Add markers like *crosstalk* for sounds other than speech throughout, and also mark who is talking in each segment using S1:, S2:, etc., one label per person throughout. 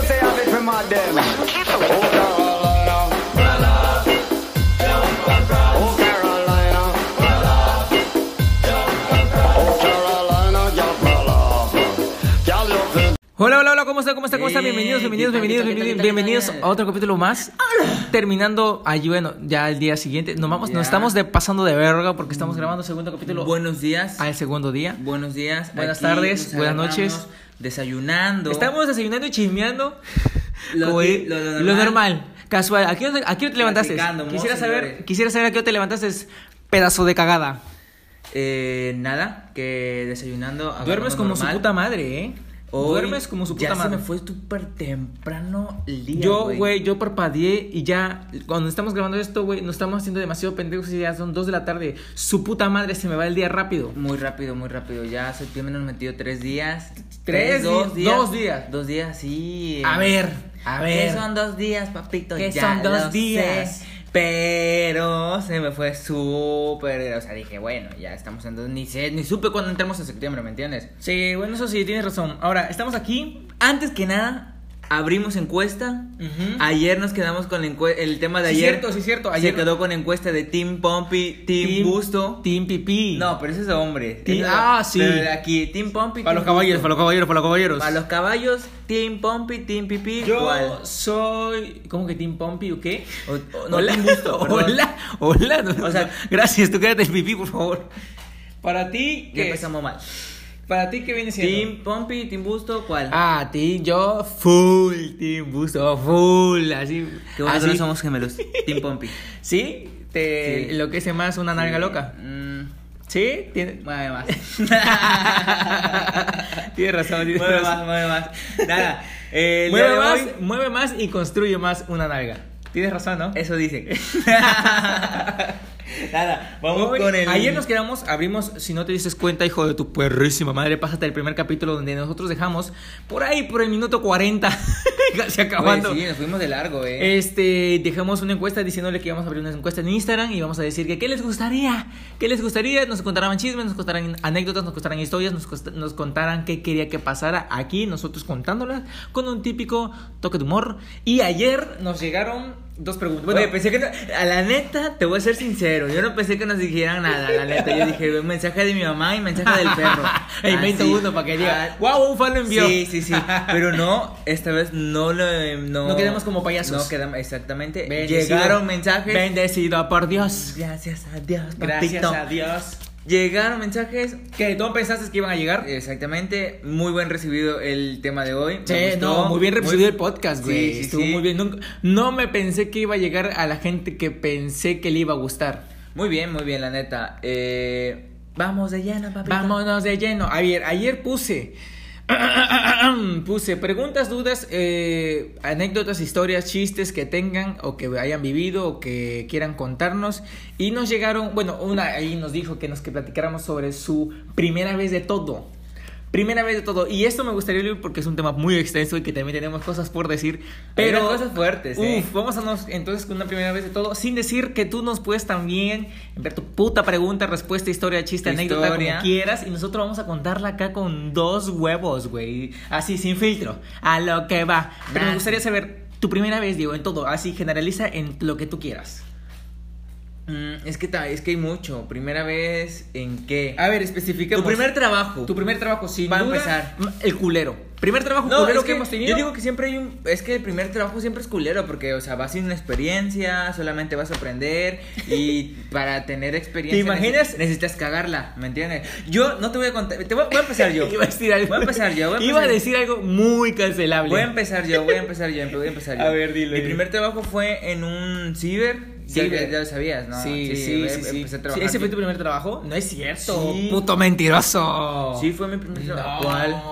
S1: them all them. Oh Carolina. Oh Carolina, y'all fall off. Y'all look good.
S2: Hola, hola, hola, ¿cómo están? ¿Cómo están? ¿Cómo están? Bienvenidos, bienvenidos, bienvenidos, bienvenidos, bienvenidos a otro capítulo más. Terminando, ay, bueno, ya el día siguiente. Nos vamos, nos estamos de, pasando de verga porque estamos grabando segundo capítulo
S3: Buenos días.
S2: al segundo día.
S3: Buenos días.
S2: Buenas
S3: Aquí
S2: tardes,
S3: nos
S2: buenas
S3: agarramos
S2: noches.
S3: Desayunando.
S2: Estamos desayunando y chismeando.
S3: Lo
S2: como
S3: di-
S2: es-
S3: lo- lo
S2: lo
S3: normal.
S2: normal, casual. ¿A qué, hora- a qué hora te levantaste?
S3: Platicando, ¿no,
S2: Quisiera saber,
S3: señores?
S2: quisiera saber a qué hora te levantaste, pedazo de cagada.
S3: Eh, nada, que desayunando. agarramos
S2: Duermes como su
S3: normal.
S2: puta madre, ¿eh?
S3: Hoy
S2: Duermes como su puta
S3: ya
S2: madre.
S3: se me fue súper temprano el día.
S2: Yo, güey, yo parpadeé y ya, cuando estamos grabando esto, güey, nos estamos haciendo demasiado pendejos y ya son 2 de la tarde. Su puta madre se me va el día rápido.
S3: Muy rápido, muy rápido. Ya septiembre nos metido tres días.
S2: Tres
S3: dos
S2: di-
S3: días.
S2: dos días.
S3: Dos días, sí.
S2: A ver, a ver.
S3: ¿Qué son dos días, papito?
S2: ¿Qué
S3: Ya
S2: son dos
S3: lo
S2: días?
S3: sé. Pero se me fue súper. O sea, dije, bueno, ya estamos en dos. Ni, sé, ni supe cuándo entramos en septiembre, ¿me entiendes?
S2: Sí, bueno, eso sí, tienes razón. Ahora, estamos aquí.
S3: Antes que nada, abrimos encuesta.
S2: Ujú.
S3: Ayer nos quedamos con la encue- el tema de
S2: Sí,
S3: ayer.
S2: cierto, sí, cierto. Ah, Ayer-
S3: Se quedó con encuesta de Team Pompi, Team, Busto.
S2: Team Pipí.
S3: No, pero ese es de hombre.
S2: Team-
S3: Ese es de-
S2: ah, sí.
S3: pero aquí, Team Pompi.
S2: para los caballeros, para los caballeros, para los caballeros.
S3: Para los caballos, Team Pompi, Team Pipi.
S2: Yo
S3: ¿cuál?
S2: soy. ¿Cómo que Team Pompi o qué?
S3: O- o- no,
S2: hola, *laughs*
S3: Team Busto, perdón.
S2: hola, hola. no,
S3: O sea-
S2: no. gracias, tú quédate el pipí, por favor. Para ti,
S3: Ya
S2: ¿qué?
S3: empezamos mal.
S2: Para ti, ¿qué viene siendo?
S3: Team Pompi, Team Busto, ¿cuál?
S2: Ah, ti, yo full Team Busto, full, así.
S3: que bueno,
S2: así.
S3: no
S2: *laughs*
S3: somos gemelos. Team Pompi.
S2: ¿Sí? ¿Te
S3: Sí.
S2: enloquece más una narga loca?
S3: Mm,
S2: ¿Sí? Tiene- *laughs*
S3: mueve más.
S2: Tienes razón, tienes
S3: mueve
S2: razón.
S3: más, mueve más. *laughs* Nada. eh, el día
S2: mueve,
S3: de
S2: más,
S3: hoy-
S2: mueve más y construye más una narga. Tienes razón, ¿no?
S3: Eso dicen. *laughs* Nada, vamos
S2: Hoy-
S3: con el.
S2: Ayer nos quedamos, abrimos, si no te dices cuenta, hijo de tu perrísima madre, pásate el primer capítulo donde nosotros dejamos por ahí, por el minuto 40, *laughs* casi
S3: Oye,
S2: acabando.
S3: Pues sí, nos fuimos de largo, eh.
S2: Este, dejamos una encuesta diciéndole que íbamos a abrir una encuesta en Instagram y vamos a decir que qué les gustaría, qué les gustaría, nos contarán chismes, nos contarán anécdotas, nos contarán historias, nos, cost- nos contarán qué quería que pasara aquí, nosotros contándolas con un típico toque de humor. Y ayer nos llegaron dos preguntas. Bueno,
S3: Oye, pensé que. no- a la neta, te voy a ser sincero. Yo no pensé que nos dijeran nada, la neta. Yo dije, un mensaje de mi mamá y mensaje del perro.
S2: Ey, inventa
S3: *laughs* Así.
S2: uno para que diga,
S3: Ah,
S2: wow, un fan lo envió.
S3: Sí,
S2: *laughs*
S3: sí, sí. Pero no, esta vez no lo. eh, No,
S2: No quedamos como payasos.
S3: No quedamos, exactamente.
S2: Bendecido-
S3: Llegaron mensajes.
S2: Bendecido por Dios.
S3: Gracias a Dios,
S2: Gracias
S3: papito.
S2: a Dios.
S3: Llegaron mensajes,
S2: ¿Qué? ¿Tú pensaste que iban a llegar?
S3: Exactamente, muy buen recibido el tema de hoy. me
S2: Sí,
S3: gustó.
S2: no, muy bien recibido el
S3: Muy-
S2: podcast,
S3: Sí,
S2: güey.
S3: sí,
S2: Estuvo
S3: sí.
S2: muy bien. Nunca- No, me pensé que iba a llegar a la gente que pensé que le iba a gustar.
S3: Muy bien, muy bien, la neta. Eh, vamos de lleno, papito.
S2: Vámonos de lleno. Ayer, ayer puse. *clears throat* Puse preguntas, dudas, eh, anécdotas, historias, chistes que tengan o que hayan vivido o que quieran contarnos. Y nos llegaron, bueno, una ahí nos dijo que nos que platicáramos sobre su primera vez de todo. Primera vez de todo. Y esto me gustaría leer porque es un tema muy extenso y que también tenemos cosas por decir. Pero
S3: unas cosas fuertes, eh.
S2: Uf, vamos a nos- entonces con una primera vez de todo. Sin decir que tú nos puedes también enviar tu puta pregunta, respuesta, historia, chiste, anécdota, como
S3: Historia.
S2: quieras. Y nosotros vamos a contarla acá con dos huevos, güey. Así, sin filtro. A lo que va. Pero me
S3: Nah.
S2: gustaría saber tu primera vez, digo, en todo. Así, generaliza en lo que tú quieras.
S3: Mm, es, que ta- es que hay mucho. Primera vez en qué.
S2: A ver, especifica.
S3: tu primer trabajo.
S2: Tu primer trabajo, sin
S3: Va a
S2: duda,
S3: empezar.
S2: El culero. Primer trabajo
S3: No,
S2: culero
S3: es
S2: que, hemos tenido.
S3: Yo digo que siempre hay un. Es que el primer trabajo siempre es culero, porque, o sea, vas sin experiencia, solamente vas a aprender.
S2: *laughs*
S3: Y para tener experiencia.
S2: ¿Te imaginas?
S3: neces- Necesitas cagarla, ¿me entiendes? Yo no te voy a contar. Te voy, voy a empezar yo.
S2: *laughs* Iba a decir algo.
S3: Voy a empezar yo. voy a
S2: Iba a
S3: empezar-
S2: decir algo muy cancelable.
S3: Voy a empezar yo, voy a empezar yo, voy a empezar yo.
S2: A ver, dilo,
S3: Mi
S2: dilo.
S3: primer trabajo fue en un ciber. Ya-
S2: Ciber.
S3: Ya, lo sabías, ¿no?
S2: sí, sí,
S3: em-
S2: sí, sí,
S3: Empecé a trabajar.
S2: ¿Ese fue tu primer trabajo? No es cierto.
S3: Sí.
S2: Puto mentiroso.
S3: Sí, fue mi primer
S2: No.
S3: trabajo. ¿Cuál?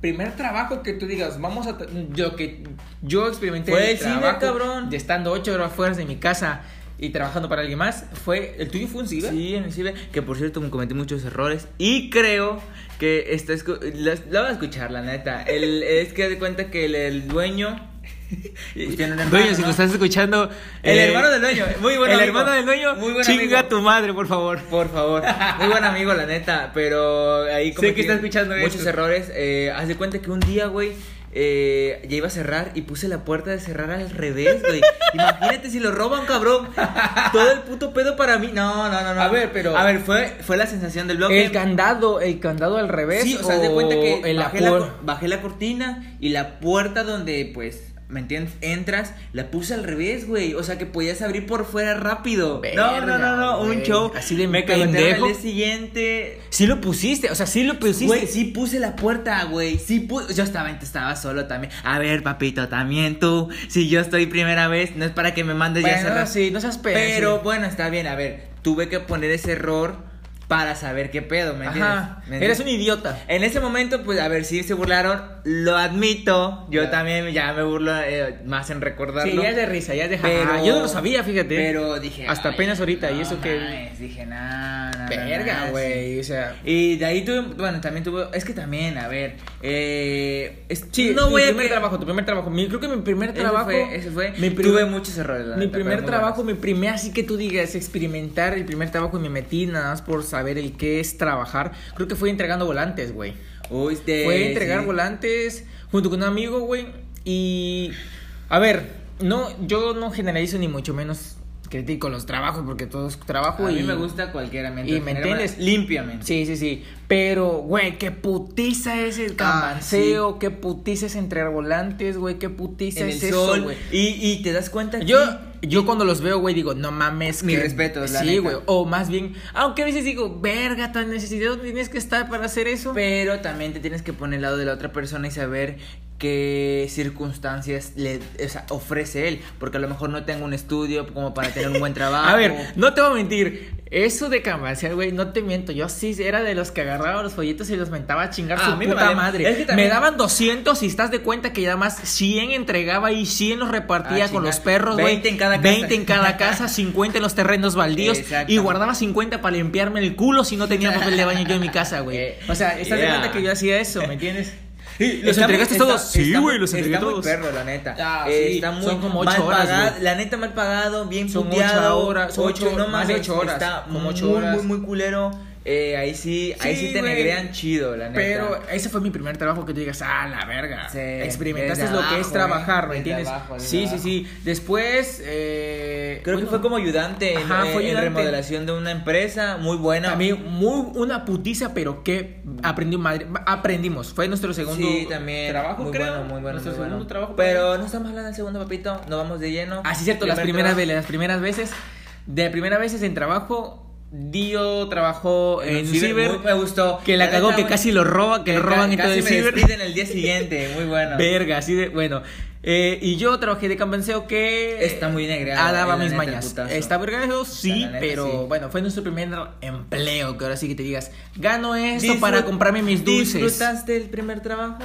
S2: Primer trabajo que tú digas, vamos a. tra- Yo que yo experimenté
S3: Fue
S2: el
S3: el ciber,
S2: trabajo
S3: cabrón.
S2: de estando ocho horas fuera de mi casa y trabajando para alguien más. Fue el tuyo fue un ciber.
S3: Sí, en el ciber. Que por cierto, me cometí muchos errores. Y creo que está. escu- La, la van a escuchar, la neta. El, es que de cuenta que el, el *laughs* dueño. Tiene un hermano,
S2: Dueño, si
S3: ¿no?
S2: lo estás escuchando,
S3: El
S2: eh,
S3: hermano del dueño. Muy bueno.
S2: el hermano del dueño,
S3: Muy buen
S2: chinga
S3: amigo.
S2: tu madre, por favor.
S3: Por favor, muy buen amigo, la neta, pero ahí
S2: Sé que está escuchando
S3: muchos
S2: esto.
S3: errores. Eh, haz de cuenta que un día, güey, eh, ya iba a cerrar y puse la puerta de cerrar al revés,
S2: *laughs*
S3: güey. Imagínate si lo roban, cabrón. Todo el puto pedo para mí. No, no, no, no.
S2: A ver, pero-
S3: A ver, fue, fue la sensación del bloque.
S2: El candado, el candado al revés.
S3: Sí, o sea, haz de cuenta que
S2: el
S3: bajé, la,
S2: apor-
S3: cor- bajé la cortina y la puerta donde, pues, ¿me entiendes? Entras, la puse al revés, güey. O sea, que podías abrir por fuera rápido. no, no, no, no,
S2: Verga,
S3: un
S2: güey.
S3: show.
S2: Así de
S3: me cagotearon
S2: pendejo.
S3: al día siguiente.
S2: Sí lo pusiste, o sea, sí lo pusiste.
S3: Güey, sí puse la puerta, güey. Sí puse. Yo estaba, estaba solo también. A ver, papito, también tú. Si yo estoy primera vez, no es para que me mandes ya a
S2: Bueno,
S3: cerrar.
S2: sí, no seas pedo.
S3: Pero
S2: sí.
S3: bueno, está bien. A ver, tuve que poner ese error para saber qué pedo, ¿me entiendes?
S2: Ajá,
S3: ¿Me
S2: eres
S3: entiendes?
S2: un idiota.
S3: En ese momento, pues, a ver, si se burlaron, lo admito. Yo
S2: Ya.
S3: también ya me burlo eh, más en recordarlo.
S2: Sí, ya es de risa, ya es de jaja.
S3: Pero-
S2: Yo no lo sabía, fíjate.
S3: Pero dije...
S2: Hasta
S3: "Ay,
S2: apenas ahorita, y
S3: no
S2: eso que-
S3: mames", Dije, nah, nah, nah, nah,
S2: Verga, güey, o sea.
S3: Y de ahí tuve, bueno, también tuve, es que también, a ver, eh, es-
S2: Sí,
S3: no
S2: tu
S3: voy a
S2: primer
S3: que-
S2: trabajo, tu primer trabajo. Mi- creo que mi primer
S3: Ese
S2: trabajo.
S3: fue, ese fue,
S2: mi prim-
S3: tuve muchos errores. la
S2: Mi
S3: neta, pero
S2: primer
S3: muy
S2: trabajo,
S3: buenos.
S2: mi primer, así que tú digas, experimentar, el primer trabajo que me metí nada más por saber el qué es trabajar. Creo que fue entregando volantes, güey.
S3: Uy, este,
S2: Fue entregar
S3: sí.
S2: volantes junto con un amigo, güey. Y. A ver, no, yo no generalizo ni mucho menos critico los trabajos porque todos trabajo
S3: A
S2: y.
S3: mí me gusta cualquiera, mientras
S2: y me
S3: genera-
S2: entiendes.
S3: Limpiamente.
S2: Sí, sí, sí. Pero, güey, qué putiza es
S3: Ah,
S2: el camanceo, qué putiza es entregar volantes, güey, qué putiza
S3: en el
S2: es eso,
S3: sol.
S2: güey.
S3: y, y te das cuenta que
S2: Yo, yo cuando los veo, güey, digo, no mames.
S3: Mi
S2: que-
S3: respeto, la
S2: Sí,
S3: neta.
S2: güey. O más bien, aunque a veces digo, verga, tan necesidad tienes que estar para hacer eso.
S3: Pero también te tienes que poner al lado de la otra persona y saber qué circunstancias le o sea, ofrece él. Porque a lo mejor no tengo un estudio como para tener un buen trabajo.
S2: *laughs* A ver, no te voy a mentir. Eso de camarsear, güey, no te miento. Yo sí era de los que agarraba los folletos y los mentaba a chingar
S3: Ah, a
S2: su
S3: mí me
S2: puta
S3: vale.
S2: madre.
S3: Es que también-
S2: Me daban 200 y estás de cuenta que ya más 100 entregaba y 100 los repartía
S3: Ah,
S2: con
S3: chinga.
S2: los perros, güey.
S3: 20 en cada casa.
S2: 20 en cada casa, 50 en los terrenos baldíos.
S3: Exacto.
S2: Y guardaba 50 para limpiarme el culo si no tenía papel de baño yo en mi casa, güey.
S3: Eh,
S2: O sea, estás
S3: yeah.
S2: de cuenta que yo hacía eso, ¿me entiendes?
S3: Sí,
S2: *laughs* ¿Los
S3: está muy-
S2: entregaste
S3: está-
S2: todos?
S3: está
S2: Sí,
S3: muy-
S2: güey, los entregué
S3: está muy
S2: todos.
S3: perro, la neta.
S2: Ah,
S3: Eh,
S2: sí,
S3: está muy
S2: son como
S3: mal
S2: ocho horas,
S3: pagado,
S2: güey.
S3: La neta mal pagado, bien
S2: Son
S3: puteado.
S2: ocho horas, son
S3: ocho,
S2: ocho-
S3: no
S2: más de
S3: mames,
S2: ocho horas,
S3: Está
S2: como ocho
S3: muy,
S2: horas.
S3: muy, muy culero. Eh, ahí sí, ahí sí,
S2: Sí,
S3: te
S2: güey.
S3: negrean chido, la neta.
S2: Pero ese fue mi primer trabajo que tú digas, ah, la verga.
S3: Sí,
S2: Experimentaste
S3: desde
S2: lo que
S3: abajo,
S2: es trabajar, ¿me
S3: eh, desde
S2: entiendes?
S3: abajo, desde
S2: sí, sí,
S3: abajo.
S2: sí. Después, eh,
S3: Creo
S2: bueno,
S3: que fue como ayudante, en- eh,
S2: Ajá,
S3: en,
S2: fue
S3: en
S2: ayudante.
S3: remodelación de una empresa muy buena.
S2: También muy, una putiza, pero que aprendí madre. Aprendimos. Fue nuestro segundo
S3: sí, también.
S2: trabajo,
S3: muy
S2: creo.
S3: bueno, muy bueno.
S2: Nuestro
S3: muy
S2: segundo
S3: bueno.
S2: trabajo.
S3: Pero no estamos hablando del segundo, papito. Nos vamos de lleno.
S2: Así cierto, las
S3: Primer
S2: primeras,
S3: trabajo.
S2: veces, las primeras veces, de primeras veces en trabajo, Dio trabajó en,
S3: En un
S2: ciber,
S3: ciber, muy- me gustó.
S2: que la
S3: La
S2: cagó,
S3: neta,
S2: que
S3: güey,
S2: casi lo roba, que lo
S3: Ca-
S2: roban y todo
S3: casi
S2: el
S3: me
S2: ciber.
S3: despiden el día siguiente. Muy bueno.
S2: Verga, así de, bueno. Eh, y yo trabajé de campenseo que...
S3: Está muy negreado,
S2: Ah, daba
S3: la
S2: mis
S3: neta, el
S2: mañas.
S3: putazo.
S2: Está vergado, sí,
S3: La neta,
S2: pero
S3: sí.
S2: bueno, fue nuestro primer empleo, que ahora sí que te digas, gano esto para comprarme mis dulces. Eh, ah,
S3: ¿Disfrutaste el primer trabajo?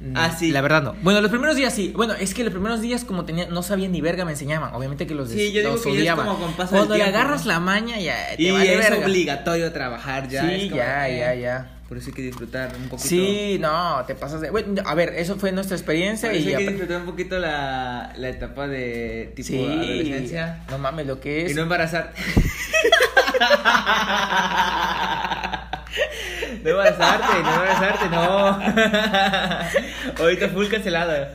S3: Mm, Así.
S2: La verdad no. Bueno, los primeros días sí. Bueno, es que los primeros días como tenía, no sabía ni verga, me enseñaban. Obviamente que los,
S3: Sí,
S2: des-
S3: yo digo
S2: los
S3: que ya es
S2: odiaba.
S3: como con paso del
S2: Cuando le
S3: tiempo,
S2: agarras
S3: ¿no?
S2: la maña ya te
S3: Y
S2: vale
S3: es
S2: verga.
S3: obligatorio trabajar ya.
S2: Sí,
S3: es como
S2: ya,
S3: que-
S2: ya, ya.
S3: Por eso hay que disfrutar un poquito.
S2: Sí, no, te pasas de... Bueno, a ver, eso fue nuestra
S3: Por
S2: experiencia
S3: eso
S2: y...
S3: hay que
S2: apre-
S3: disfrutar un poquito la, la etapa de tipo
S2: Sí,
S3: adolescencia.
S2: no mames, lo que es...
S3: Y no embarazar. *laughs* No embarazarte, no embarazarte, no. Ahorita full cancelado.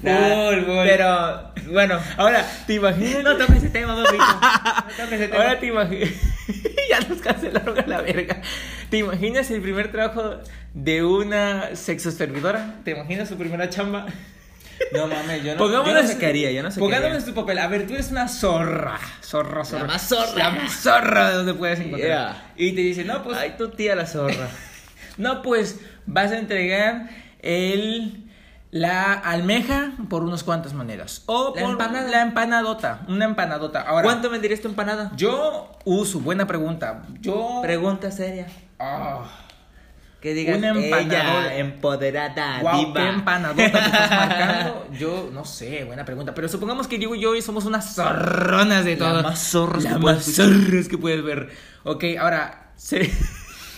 S3: Nah,
S2: Full, full.
S3: Pero, bueno, ahora, ¿te imaginas? No toques ese tema, *laughs* papito. No toques ese tema.
S2: Ahora te imaginas. *laughs* ya nos cancelaron a la verga. ¿Te imaginas el primer trabajo de una sexo servidora? ¿Te imaginas su primera chamba?
S3: No mames, yo no,
S2: Pongámonos-
S3: yo no sacaría, yo no sacaría.
S2: Pongámonos tu papel. A ver, tú eres una zorra. Zorra, zorra.
S3: más zorra.
S2: La más zorra de donde puedes encontrar.
S3: Yeah.
S2: Y te dice, no, pues.
S3: Ay, tu tía la zorra.
S2: No, pues vas a entregar el. La almeja por unos cuantas monedas. O
S3: La
S2: por
S3: empanada.
S2: la empanadota. Una empanadota. Ahora,
S3: ¿Cuánto venderías tu empanada?
S2: Yo uso, buena pregunta. Yo.
S3: Pregunta seria.
S2: Ah.
S3: Que digas,
S2: Una empanadora.
S3: ella, empoderada,
S2: Guau,
S3: diva.
S2: qué empanadota te estás
S3: *laughs*
S2: marcando. Yo no sé, buena pregunta. Pero supongamos que Diego y yo hoy somos unas zorronas de
S3: Las
S2: todo.
S3: más zorras
S2: Las
S3: que
S2: más
S3: puedes
S2: zorras que puedes ver. Ok, ahora. se- *laughs*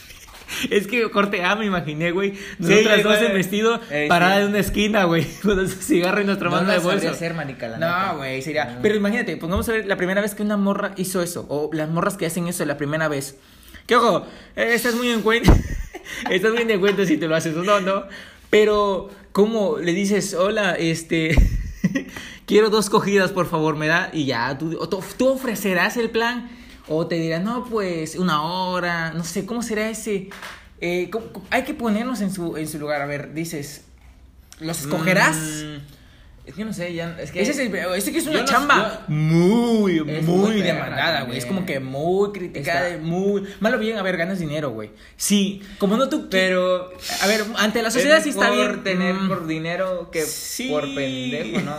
S2: Es que corte A me imaginé, güey. Nosotras
S3: güey,
S2: dos
S3: güey.
S2: en vestido,
S3: Eh,
S2: parada
S3: sí.
S2: en una esquina, güey. *laughs* Con nuestro cigarro y nuestra
S3: No
S2: banda
S3: la
S2: de bolsa.
S3: sabría hacer, manica, la neta.
S2: no, güey, sería.
S3: No.
S2: Pero imagínate, pongamos a ver la primera vez que una morra hizo eso. O las morras que hacen eso la primera vez. Que ojo, *laughs* eh, estás muy en cuenta. estás muy en cuenta si te lo haces o no, ¿no? Pero ¿Cómo le dices, hola, este, *laughs* quiero dos cogidas, por favor, me da? Y ya, tú, o tú- tú ofrecerás el plan o te dirán, no, pues, una hora, no sé, ¿cómo será ese? Eh, ¿cómo- cómo- hay que ponernos en su, en su lugar, a ver, dices, ¿los escogerás?
S3: Mm, es que no sé, ya. Es que.
S2: Ese, es el- ese que es
S3: Yo
S2: una
S3: no-
S2: chamba
S3: yo-
S2: muy,
S3: Es muy
S2: muy
S3: perra
S2: demandada, güey. Es como que
S3: también.
S2: muy criticada,
S3: Está-
S2: muy... Malo bien, a ver, ganas dinero, güey. Sí, como no tú...
S3: Pero.
S2: A ver, ante la sociedad sí está bien.
S3: mejor tener
S2: Mm.
S3: por dinero que
S2: Sí.
S3: por pendejo, ¿no?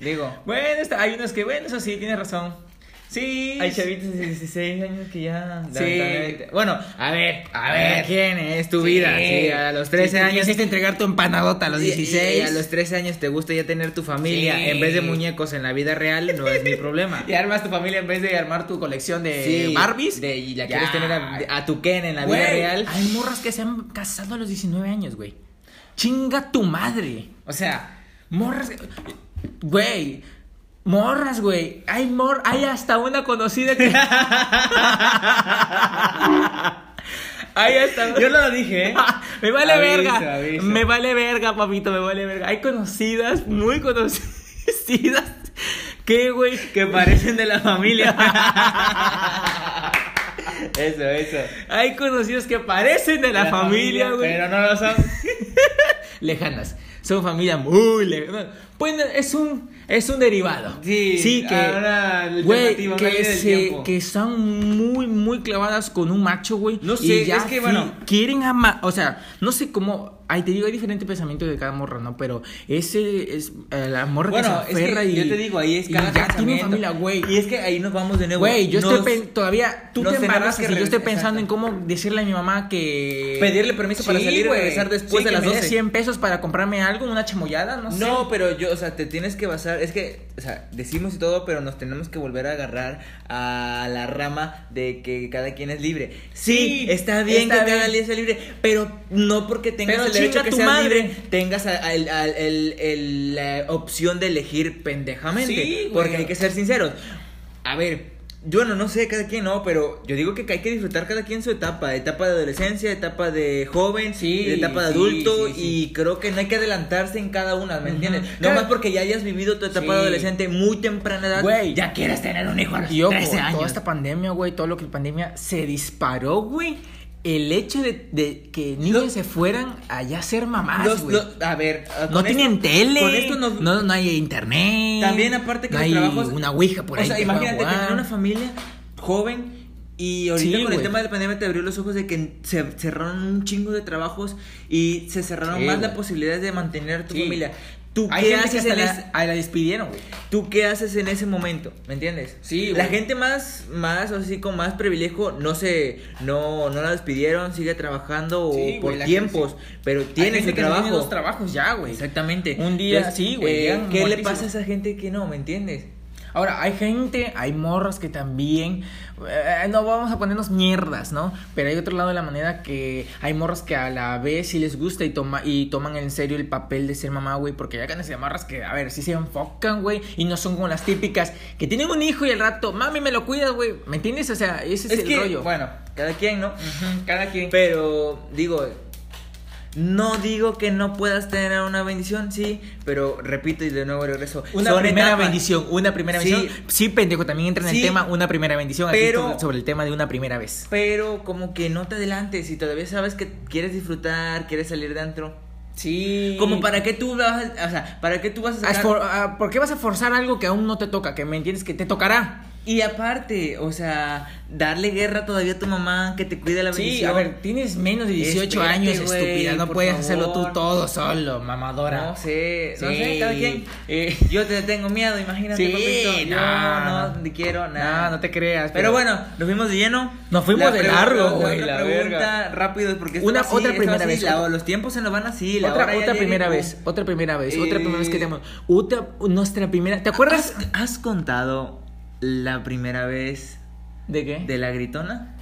S3: Digo.
S2: Bueno, está- hay unos que, bueno, eso sí, tienes razón. Sí.
S3: Hay chavitos de 16 años que ya.
S2: Sí.
S3: lamentablemente- Bueno, a ver, a ver.
S2: ¿Quién es tu
S3: Sí.
S2: vida? Sí, a los 13
S3: Sí,
S2: años.
S3: quisiste
S2: entregar tu empanadota a los
S3: Y- y-
S2: 16.
S3: y a los 13 años te gusta ya tener tu familia
S2: Sí.
S3: en vez de muñecos en la vida real, no es mi problema.
S2: *laughs* Y armas tu familia en vez de armar tu colección de
S3: Sí,
S2: Barbies.
S3: de- y la
S2: Ya.
S3: quieres tener a, a tu Ken en la vida
S2: Güey,
S3: real.
S2: Hay morras que se han casado a los 19 años, güey. Chinga tu madre.
S3: O sea,
S2: Morras. Güey. Morras, güey. Hay mor. Hay hasta una conocida
S3: *laughs*
S2: que. Hay hasta
S3: yo *laughs* no lo dije, ¿eh?
S2: *laughs* me vale
S3: Avisa,
S2: verga.
S3: avisa.
S2: Me vale verga, papito, me vale verga. Hay conocidas, muy conocidas. *laughs* Que, güey,
S3: Que parecen de la familia. *laughs* eso, eso.
S2: *laughs* hay conocidos que parecen de la, familia, güey.
S3: Pero no lo son.
S2: lejanas. Son familia muy lejana. Pues es un es un derivado.
S3: Sí,
S2: que
S3: ahora la
S2: güey,
S3: alternativa, una
S2: que
S3: línea del
S2: se-
S3: tiempo.
S2: que están muy muy clavadas con un macho, güey.
S3: No
S2: y
S3: sé,
S2: ya
S3: es que,
S2: fi-
S3: bueno.
S2: quieren amar, o sea, no sé cómo Ahí te digo, hay diferente pensamiento de cada morra, ¿no? Pero ese es el amor
S3: Bueno,
S2: que
S3: es
S2: se aferra
S3: que
S2: y.
S3: yo te digo, ahí es
S2: y
S3: cada
S2: ya tiene
S3: pensamiento.
S2: familia, güey.
S3: Y es que ahí nos vamos de nuevo.
S2: Güey, yo estoy
S3: Nos-
S2: pen- todavía, tú
S3: nos
S2: te
S3: tenemos
S2: embarazas
S3: que
S2: y yo
S3: regresar-
S2: estoy pensando en
S3: exacto.
S2: cómo decirle a mi mamá que...
S3: Pedirle permiso para salir y
S2: güey.
S3: regresar después de
S2: que
S3: las
S2: me dé
S3: 12.
S2: 100 pesos para comprarme algo, una chamoyada, no sé.
S3: No, pero yo, o sea, te tienes que basar, es que, o sea, decimos y todo, pero nos tenemos que volver a agarrar a la rama de que cada quien es libre. Sí,
S2: Sí,
S3: está bien
S2: está
S3: que
S2: bien.
S3: cada quien sea libre, pero no porque tengas
S2: Pero
S3: el
S2: chinga
S3: derecho a que
S2: tu
S3: seas
S2: madre.
S3: libre, tengas a- al- al- el- el- la opción de elegir pendejamente,
S2: Sí, güey.
S3: porque hay que ser sinceros. A ver, yo no, no sé, cada quien no, pero yo digo que hay que disfrutar cada quien su etapa, etapa de adolescencia, etapa de joven,
S2: Sí,
S3: etapa de
S2: sí,
S3: adulto
S2: sí, sí.
S3: y y creo que no hay que adelantarse en cada una, ¿me
S2: Ujú.
S3: entiendes? No
S2: Claro.
S3: más porque ya hayas vivido tu etapa
S2: Sí.
S3: adolescente muy temprana edad.
S2: Güey.
S3: ya quieres tener un hijo a los
S2: Y ojo,
S3: 13 años.
S2: toda esta pandemia, güey, todo lo que la pandemia se disparó, güey. El hecho de, de que niños se fueran allá a ser mamás,
S3: Los-
S2: güey.
S3: los- a ver, ah,
S2: No
S3: con
S2: tienen
S3: esto-
S2: tele,
S3: Con esto nos-
S2: no, no hay internet.
S3: También aparte que
S2: no
S3: los
S2: hay
S3: trabajos-
S2: una ouija por ahí.
S3: O sea,
S2: que pueda
S3: imagínate
S2: jugar.
S3: tener una familia joven y ahorita
S2: Sí,
S3: con el
S2: güey.
S3: tema de la pandemia te abrió los ojos de que se cerraron un chingo de trabajos y se cerraron
S2: Sí,
S3: más
S2: güey.
S3: las posibilidades de mantener tu
S2: Sí.
S3: familia. ¿Tú
S2: Hay
S3: qué
S2: gente que
S3: haces
S2: hasta
S3: en
S2: la-
S3: ese-
S2: a la despidieron, güey.
S3: ¿Tú qué haces en ese momento? ¿Me entiendes?
S2: Sí,
S3: La
S2: güey.
S3: gente más, más, o así con más privilegio, no se, no, no la despidieron, sigue trabajando
S2: Sí,
S3: o
S2: güey,
S3: por
S2: la
S3: tiempos, pero
S2: Hay
S3: tiene su
S2: gente que se
S3: trabajo.
S2: tiene dos trabajos ya, güey.
S3: Exactamente. eh,
S2: Un día, sí, güey, llegan
S3: ¿Qué le
S2: muertísimos.
S3: pasa a esa gente que no, me entiendes?
S2: Ahora, hay gente, hay morras que también. eh, no vamos a ponernos mierdas, ¿no? Pero hay otro lado de la moneda que hay morras que a la vez sí les gusta y, toma, y toman en serio el papel de ser mamá, güey. Porque hay ganas de morras que, a ver, sí se enfocan, güey. Y no son como las típicas que tienen un hijo y al rato, mami, me lo cuidas, güey. ¿Me entiendes? O sea, ese es, el
S3: que,
S2: rollo.
S3: bueno, cada quien, ¿no?
S2: cada quien.
S3: Pero digo, no digo que no puedas tener una bendición, sí, pero repito y de nuevo regreso.
S2: Una
S3: son
S2: primera
S3: etapas.
S2: bendición, una primera
S3: Sí.
S2: bendición. Sí, pendejo, también entra en
S3: Sí,
S2: el tema una primera bendición. Aquí
S3: pero-
S2: sobre- sobre el tema de una primera vez.
S3: Pero como que no te adelantes, si todavía sabes que quieres disfrutar, quieres salir de antro.
S2: Sí.
S3: Como para qué tú vas, a- o sea, para qué tú vas a
S2: Ah, es
S3: sacar-
S2: for- ah, ¿Por qué vas a forzar algo que aún no te toca? Que me entiendes que te tocará.
S3: Y aparte, o sea, darle guerra todavía a tu mamá, que te cuide la bendición.
S2: Sí, a ver, tienes menos de 18
S3: Espérate,
S2: años,
S3: güey,
S2: estúpida. No
S3: por
S2: puedes
S3: favor.
S2: hacerlo tú todo solo, mamadora.
S3: No sé, no
S2: Sí.
S3: sé, cada quien.
S2: Eh,
S3: Yo te tengo miedo, imagínate,
S2: Sí,
S3: papito.
S2: no.
S3: no, no te quiero nada.
S2: no, no te creas.
S3: Pero bueno, nos fuimos de lleno.
S2: Nos fuimos de
S3: pre-
S2: largo,
S3: la-
S2: güey,
S3: La,
S2: la
S3: otra pregunta
S2: verga.
S3: rápido porque esto
S2: Una-
S3: va así,
S2: otra
S3: esto va
S2: primera
S3: así,
S2: vez,
S3: la-
S2: otra-
S3: los tiempos se nos van así. La
S2: otra,
S3: hora ya
S2: otra
S3: llega y
S2: primera
S3: pum.
S2: vez, otra primera vez, otra primera vez que
S3: Eh, Ah,
S2: te amo. Otra, nuestra primera. ¿Te acuerdas?
S3: ¿Has, has contado la primera vez
S2: ¿De qué?
S3: ah. de la gritona?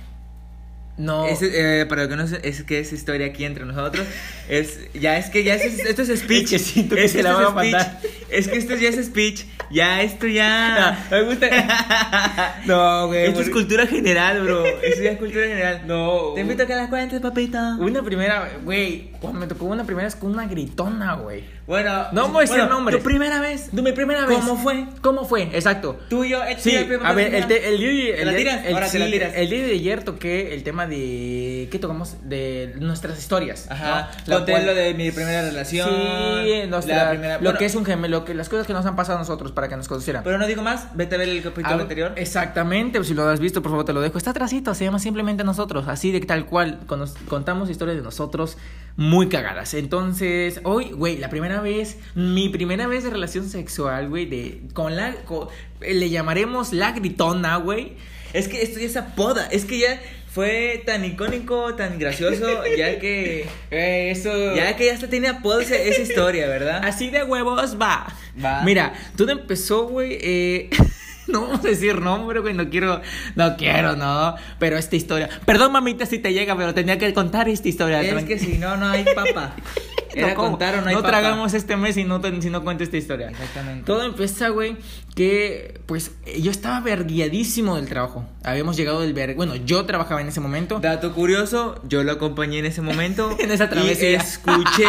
S2: No.
S3: Es, eh, para lo que no sé, es que es historia aquí entre nosotros. Es, ya es que ya es, esto es speech.
S2: Es que siento que se la
S3: esto
S2: van a
S3: speech.
S2: mandar.
S3: Es que esto ya es speech. Ya, esto ya.
S2: *laughs* Me gusta.
S3: *laughs*
S2: No, güey.
S3: Esto es
S2: porque-
S3: cultura general, bro. Esto ya es cultura general.
S2: No.
S3: Te invito a que las cuentes, papita.
S2: Una primera, güey. Cuando me tocó una primera es con una gritona, güey.
S3: Bueno,
S2: No voy a decir
S3: bueno,
S2: nombres.
S3: Tu primera vez.
S2: mi primera
S3: vez.
S2: ¿Cómo fue? ¿Cómo fue? Exacto.
S3: Tuyo, hecho
S2: Sí,
S3: y el primer
S2: a ver,
S3: papel,
S2: el, te- el día de,
S3: ¿Te
S2: el
S3: la
S2: día-
S3: tiras?
S2: el-
S3: Ahora te la
S2: sí,
S3: tiras.
S2: el día de ayer toqué el tema de qué tocamos de nuestras historias.
S3: Ajá.
S2: ¿no? La
S3: Conté
S2: cual-
S3: lo de mi primera relación.
S2: Sí, nuestra-
S3: la primera-
S2: lo
S3: bueno,
S2: que es un gemelo, que las cosas que nos han pasado a nosotros para que nos conocieran.
S3: Pero no digo más, vete a ver el capítulo
S2: Ah,
S3: anterior.
S2: Exactamente, si lo has visto, por favor te lo dejo. Está atrasito, se llama simplemente nosotros, así de tal cual. con- nos- contamos historias de nosotros muy cagadas. Entonces, hoy, güey, la primera vez, mi primera vez de relación sexual, güey, de con la co- le llamaremos la gritona, güey.
S3: Es que esto ya es apoda, es que ya fue tan icónico, tan gracioso, ya que
S2: Eh, eso
S3: ya que ya hasta tiene apodo ese- esa historia, ¿verdad?
S2: así de huevos va.
S3: Va.
S2: Mira, todo empezó, güey, eh, *laughs* No vamos a decir nombre, güey, no quiero, no quiero, no, pero esta historia, perdón mamita si te llega, pero tenía que contar esta historia.
S3: Es
S2: tranqui-
S3: que si no no hay papa.
S2: *laughs*
S3: Era
S2: ¿cómo?
S3: contar o no hay
S2: No
S3: papa.
S2: tragamos este mes y no, ten- si no cuento esta historia.
S3: Exactamente.
S2: Todo empieza, güey, que pues eh, yo estaba verguiadísimo del trabajo. Habíamos llegado del ver... Bueno, yo trabajaba en ese momento.
S3: Dato curioso, yo lo acompañé en ese momento
S2: *laughs* En esa travesía. *laughs*
S3: y escuché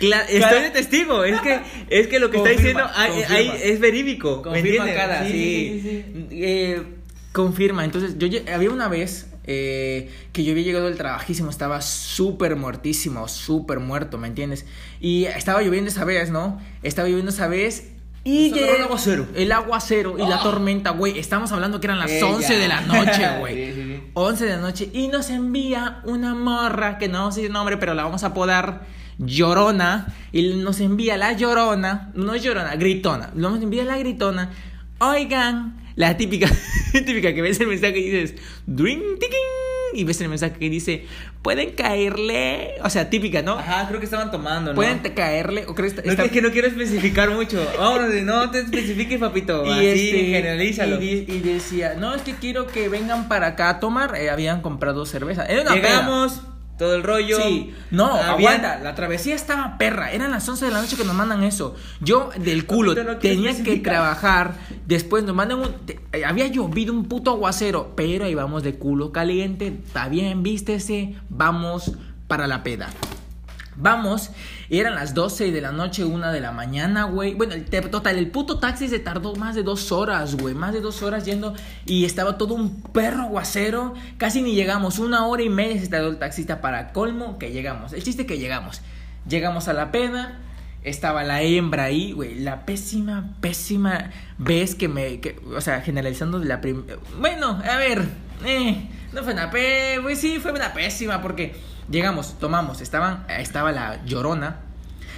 S3: cla- estoy de testigo, es que es que lo que está
S2: Confirma,
S3: diciendo ahí,
S2: confirma.
S3: ahí es verídico, ¿me
S2: Confirma
S3: entienden?
S2: cara,
S3: Sí,
S2: sí.
S3: sí, sí, sí.
S2: Eh, confirma. Entonces, yo lle- había una vez eh, que yo había llegado del trabajísimo, estaba súper muertísimo, súper muerto, ¿me entiendes? Y estaba lloviendo esa vez, ¿no? Estaba lloviendo esa vez. Y
S3: Nos agarró el aguacero. ¡Oh!
S2: El aguacero y la tormenta, güey. Estamos hablando que eran las
S3: Eh,
S2: 11 de la
S3: ya.
S2: noche,
S3: *laughs*
S2: güey.
S3: Sí, sí, sí.
S2: 11 de la noche. Y nos envía una morra, que no vamos a decir nombre, pero la vamos a apodar Llorona. Y nos envía la Llorona, no es Llorona, Gritona. Nos envía la Gritona. Oigan, la típica, *laughs* típica que ves el mensaje y dices, drink, Y ves el mensaje que dice, pueden caerle. O sea, típica, ¿no?
S3: Ajá, creo que estaban tomando, ¿no?
S2: Pueden caerle. O crees
S3: No,
S2: está-
S3: Es que no quiero especificar mucho. Vámonos, no te especifiques, papito.
S2: Y
S3: así,
S2: este,
S3: generalízalo.
S2: Y, de- y decía, no, es que quiero que vengan para acá a tomar. Eh, habían comprado cerveza. Era una
S3: Llegamos, todo el rollo.
S2: peda. Sí, no,
S3: Había-
S2: aguanta, la travesía estaba perra, eran las 11 de la noche que nos mandan eso. Yo del culo
S3: Ahorita no quiero
S2: tenía que
S3: especificar.
S2: trabajar, después nos mandan un te- eh, había llovido un puto aguacero, pero ahí vamos de culo caliente, está bien, vístese, vamos para la peda. Vamos, eran las 12 de la noche, 1 de la mañana, güey. Bueno, el te- total, el puto taxi se tardó más de dos horas, güey. Más de dos horas yendo y estaba todo un perro aguacero. Casi ni llegamos, una hora y media se tardó el taxista para colmo que llegamos. El chiste que llegamos. Llegamos a la pena, estaba la hembra ahí, güey. La pésima, pésima vez que me. que- o sea, generalizando de la primera. Bueno, a ver. eh, no fue una pésima. Pues sí, fue una pésima porque llegamos, tomamos. Estaban, estaba la llorona.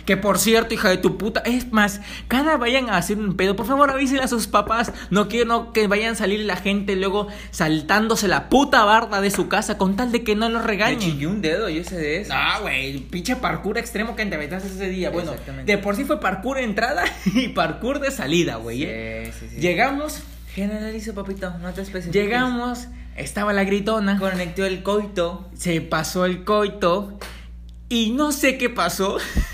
S2: Que por cierto, hija de tu puta, es más, cada vayan a hacer un pedo, por favor avísenle a sus papás, no quiero que vayan a salir la gente luego saltándose la puta barda de su casa con tal de que no los
S3: Me
S2: regañen.
S3: chillé un dedo, yo sé de eso.
S2: Ah, güey, pinche parkour extremo que te aventaste ese día. Bueno,
S3: Exactamente.
S2: de por sí fue parkour de entrada *laughs* y parkour de salida, güey. ¿eh?
S3: Sí, sí, sí.
S2: Llegamos,
S3: Generalizo, papito. No te especifiques.
S2: llegamos, estaba la gritona,
S3: Conectó el coito.
S2: se pasó el coito y no sé qué pasó. *laughs*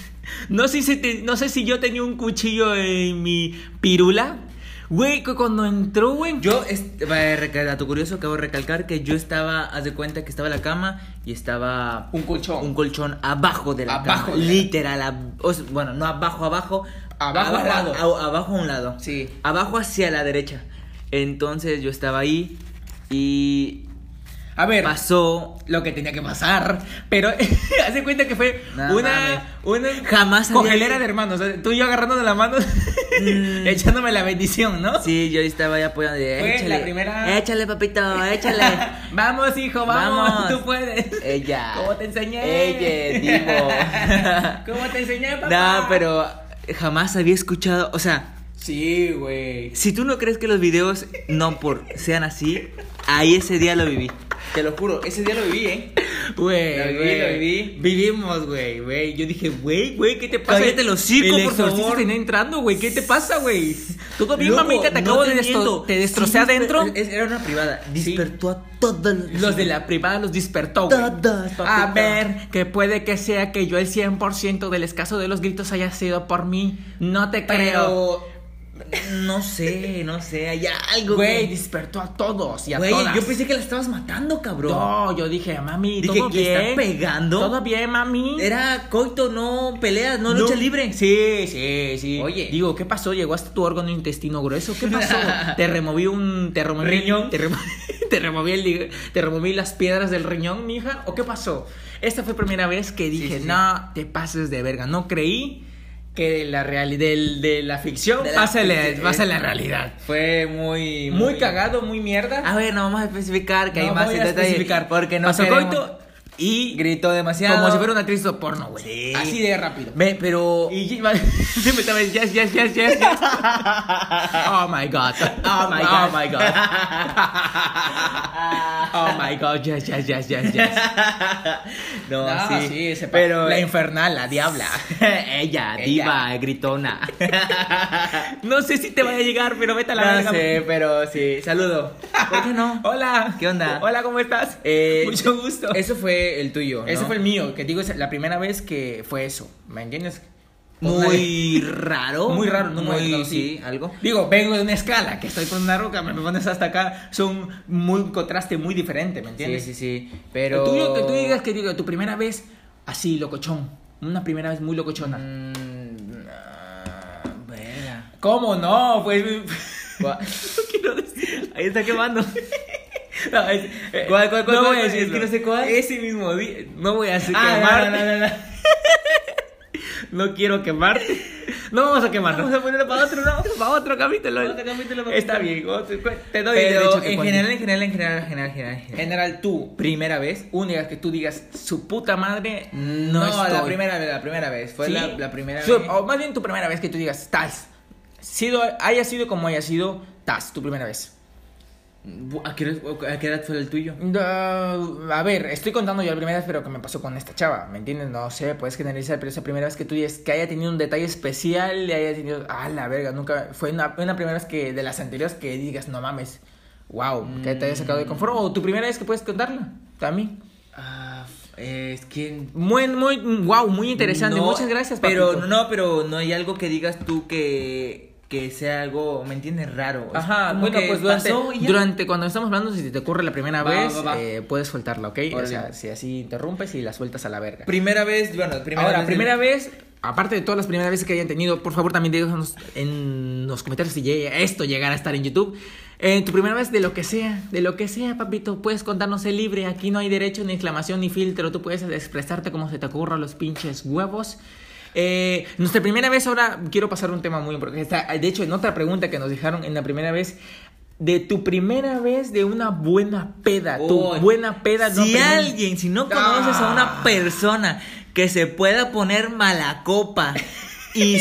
S2: No sé si, te- no sé si yo tenía un cuchillo en mi pirula. Güey, cu- cuando entró, güey.
S3: Yo, este, va, reca- dato curioso, acabo de recalcar que yo estaba, haz de cuenta que estaba la cama y estaba
S2: Un colchón.
S3: un colchón abajo de la
S2: Abajo
S3: cama,
S2: de la-
S3: literal, ab- o sea, bueno, no abajo, abajo,
S2: Abajo a un
S3: aba-
S2: lado.
S3: a- abajo a un lado,
S2: Sí.
S3: abajo hacia la derecha. Entonces yo estaba ahí y
S2: A ver.
S3: pasó
S2: lo que tenía que pasar, pero *laughs* hace cuenta que fue
S3: No
S2: una, una
S3: Jamás había-
S2: congelera de hermanos, o sea, tú y yo agarrando de la mano, *laughs* echándome la bendición, ¿no?
S3: Mm. Sí, yo estaba ahí apoyando. de,
S2: Fue la
S3: échale,
S2: primera-
S3: Échale, papito, échale.
S2: *laughs* *laughs* vamos hijo, vamos,
S3: Vamos.
S2: tú puedes.
S3: Ella.
S2: ¿Cómo te enseñé?
S3: Ella, digo.
S2: *laughs* ¿Cómo te enseñé, papá?
S3: *laughs* no, pero jamás había escuchado, o sea,
S2: Sí, güey.
S3: Si tú no crees que los videos no por sean así, ahí ese día lo viví. Te lo juro, ese día lo viví, ¿eh?
S2: Güey,
S3: Lo viví,
S2: güey.
S3: lo viví.
S2: Vivimos, güey, güey. Yo dije, güey, güey, ¿qué te pasa?
S3: Cállate el hocico,
S2: El
S3: por favor.
S2: exorcista tenía entrando, güey. ¿Qué te pasa, güey? Todo bien,
S3: Loco,
S2: mamita, te
S3: no
S2: acabo de
S3: miento.
S2: destrozar. Te destrocé
S3: Sí,
S2: adentro.
S3: es- Era una privada.
S2: Sí.
S3: Despertó a todos los,
S2: Los de
S3: *laughs*
S2: la privada los despertó, güey.
S3: Todos, papito.
S2: A ver, que puede que sea que yo el 100% del escaso de los gritos haya sido por mí. No te creo.
S3: Pero No sé, no sé, hay algo.
S2: Güey, despertó a todos y a
S3: Güey,
S2: todas.
S3: yo pensé que la estabas matando, cabrón.
S2: No, yo dije, mami,
S3: Dije,
S2: ¿todo
S3: ¿qué está
S2: bien?
S3: pegando?
S2: ¿Todo bien, mami?
S3: Era coito, no peleas, no, lucha libre.
S2: Sí, sí, sí.
S3: Oye.
S2: Digo, ¿qué pasó? ¿Llegó hasta tu órgano intestino grueso? ¿Qué *laughs* pasó? te removí un. Te removí,
S3: Riñón.
S2: Te, remo- *laughs* te removí el li- te removí las piedras del riñón, mija. ¿O qué pasó? Esta fue primera vez que dije,
S3: sí, sí.
S2: no, te pases de verga. No creí que de la realidad. De la ficción
S3: De la-
S2: pase a la-
S3: sí.
S2: pase a la realidad.
S3: Fue muy.
S2: Muy Ah, cagado, muy mierda.
S3: A ver, no Ah, vamos a especificar que
S2: No
S3: hay más
S2: voy
S3: en
S2: a
S3: detalle.
S2: especificar.
S3: Porque no
S2: Pasó
S3: queremos-
S2: coito y
S3: gritó demasiado.
S2: Como si fuera una actriz de porno, güey.
S3: Sí.
S2: Así de rápido.
S3: Ve, pero.
S2: Y *laughs* Jim- siempre estaba diciendo, yes, yes, yes, yes,
S3: *laughs*
S2: yes. Oh my god.
S3: Oh my god.
S2: Oh my
S3: *laughs*
S2: god. Oh my god, yes, yes, yes, yes, yes.
S3: *laughs* no,
S2: No,
S3: sí.
S2: sí, ese pa-
S3: pero. eh,
S2: la infernal, la diabla.
S3: *laughs* ella, diva, gritona.
S2: *laughs* No sé si te vaya a llegar, pero vete a la
S3: no
S2: verga.
S3: sé, pero sí. Saludo. ¿Por qué no?
S2: Hola.
S3: ¿Qué onda?
S2: Hola, ¿cómo estás?
S3: Eh,
S2: *laughs* Mucho gusto.
S3: Eso fue el tuyo. ¿no?
S2: Ese fue el mío, que digo, es la primera vez que fue eso. ¿Me entiendes?
S3: Muy raro.
S2: Muy raro, no me
S3: muy,
S2: había tocado,
S3: sí, algo.
S2: Digo, vengo de una escala, que estoy con una roca, me pones hasta acá, son muy un contraste muy diferente, ¿me
S3: Sí,
S2: entiendes?
S3: sí, sí. Pero.
S2: Que tú, que tú digas que digo, tu primera vez así, locochón. Una primera vez muy locochona.
S3: Mm, ah, verga.
S2: ¿Cómo no? Pues. *laughs* mi-
S3: Gua-
S2: no quiero decir.
S3: Ahí está quemando.
S2: *laughs* No, es- eh,
S3: ¿Cuál, cuál, cuál,
S2: no
S3: cuál?
S2: voy a decirlo.
S3: Es que no sé cuál.
S2: Ese mismo día. No voy a hacer
S3: Ah,
S2: quemarte.
S3: no, no, no, no.
S2: No quiero
S3: *laughs*
S2: quemarte. No vamos a quemarnos.
S3: Vamos a ponerlo para otro, ¿no?
S2: Para otro capítulo.
S3: Otro capítulo para
S2: Está
S3: otro.
S2: bien. otro- Te doy el
S3: Pero
S2: derecho que
S3: en
S2: cuente.
S3: general, en general, en general, en general, en general, en general.
S2: General, tú, primera vez, única que tú digas, su puta madre, no,
S3: No, la
S2: estoy".
S3: primera vez, la primera vez. Fue
S2: ¿Sí?
S3: la, la primera
S2: Su-
S3: vez.
S2: O más bien tu primera vez que tú digas, Taz. Sido, haya sido como haya sido, Taz, tu primera vez.
S3: ¿A qué, edad- a qué edad fue el tuyo?
S2: Uh, a ver, estoy contando yo la primera vez, pero que me pasó con esta chava, ¿me entiendes? No sé, puedes generalizar, pero esa primera vez que tú dices que haya tenido un detalle especial, le haya tenido, ah, la verga, nunca, fue una, una primera vez que, de las anteriores que digas, no mames, wow, que te haya sacado de confort, o tu primera vez que puedes contarla, también.
S3: Ah, eh, es que.
S2: Muy, muy, wow, muy interesante,
S3: No,
S2: muchas gracias,
S3: Pero
S2: papito.
S3: no, pero no hay algo que digas tú que, que sea algo, ¿me entiendes? Raro. Es
S2: Ajá,
S3: como
S2: bueno,
S3: que
S2: pues durante,
S3: pasó y ya.
S2: durante cuando estamos hablando, si te ocurre la primera
S3: Va,
S2: vez,
S3: va, va.
S2: eh, puedes soltarla, ¿ok? O
S3: Órale.
S2: sea, si así interrumpes y la sueltas a la verga.
S3: Primera vez, bueno, primera
S2: Ahora,
S3: vez.
S2: primera vez, aparte de todas las primeras veces que hayan tenido, por favor también déjanos en los comentarios si llega- esto llegara a estar en YouTube. En tu primera vez, de lo que sea, de lo que sea, papito, puedes contarnos el libre. Aquí no hay derecho, ni exclamación, ni filtro. Tú puedes expresarte como se te ocurra los pinches huevos. Eh, nuestra primera vez, ahora quiero pasar un tema muy importante. Está- De hecho, en otra pregunta que nos dejaron en la primera vez, de tu primera vez de una buena peda,
S3: Oh,
S2: tu buena peda. no
S3: Si
S2: primer-
S3: alguien, si no conoces a
S2: Ah.
S3: una persona que se pueda poner mala copa y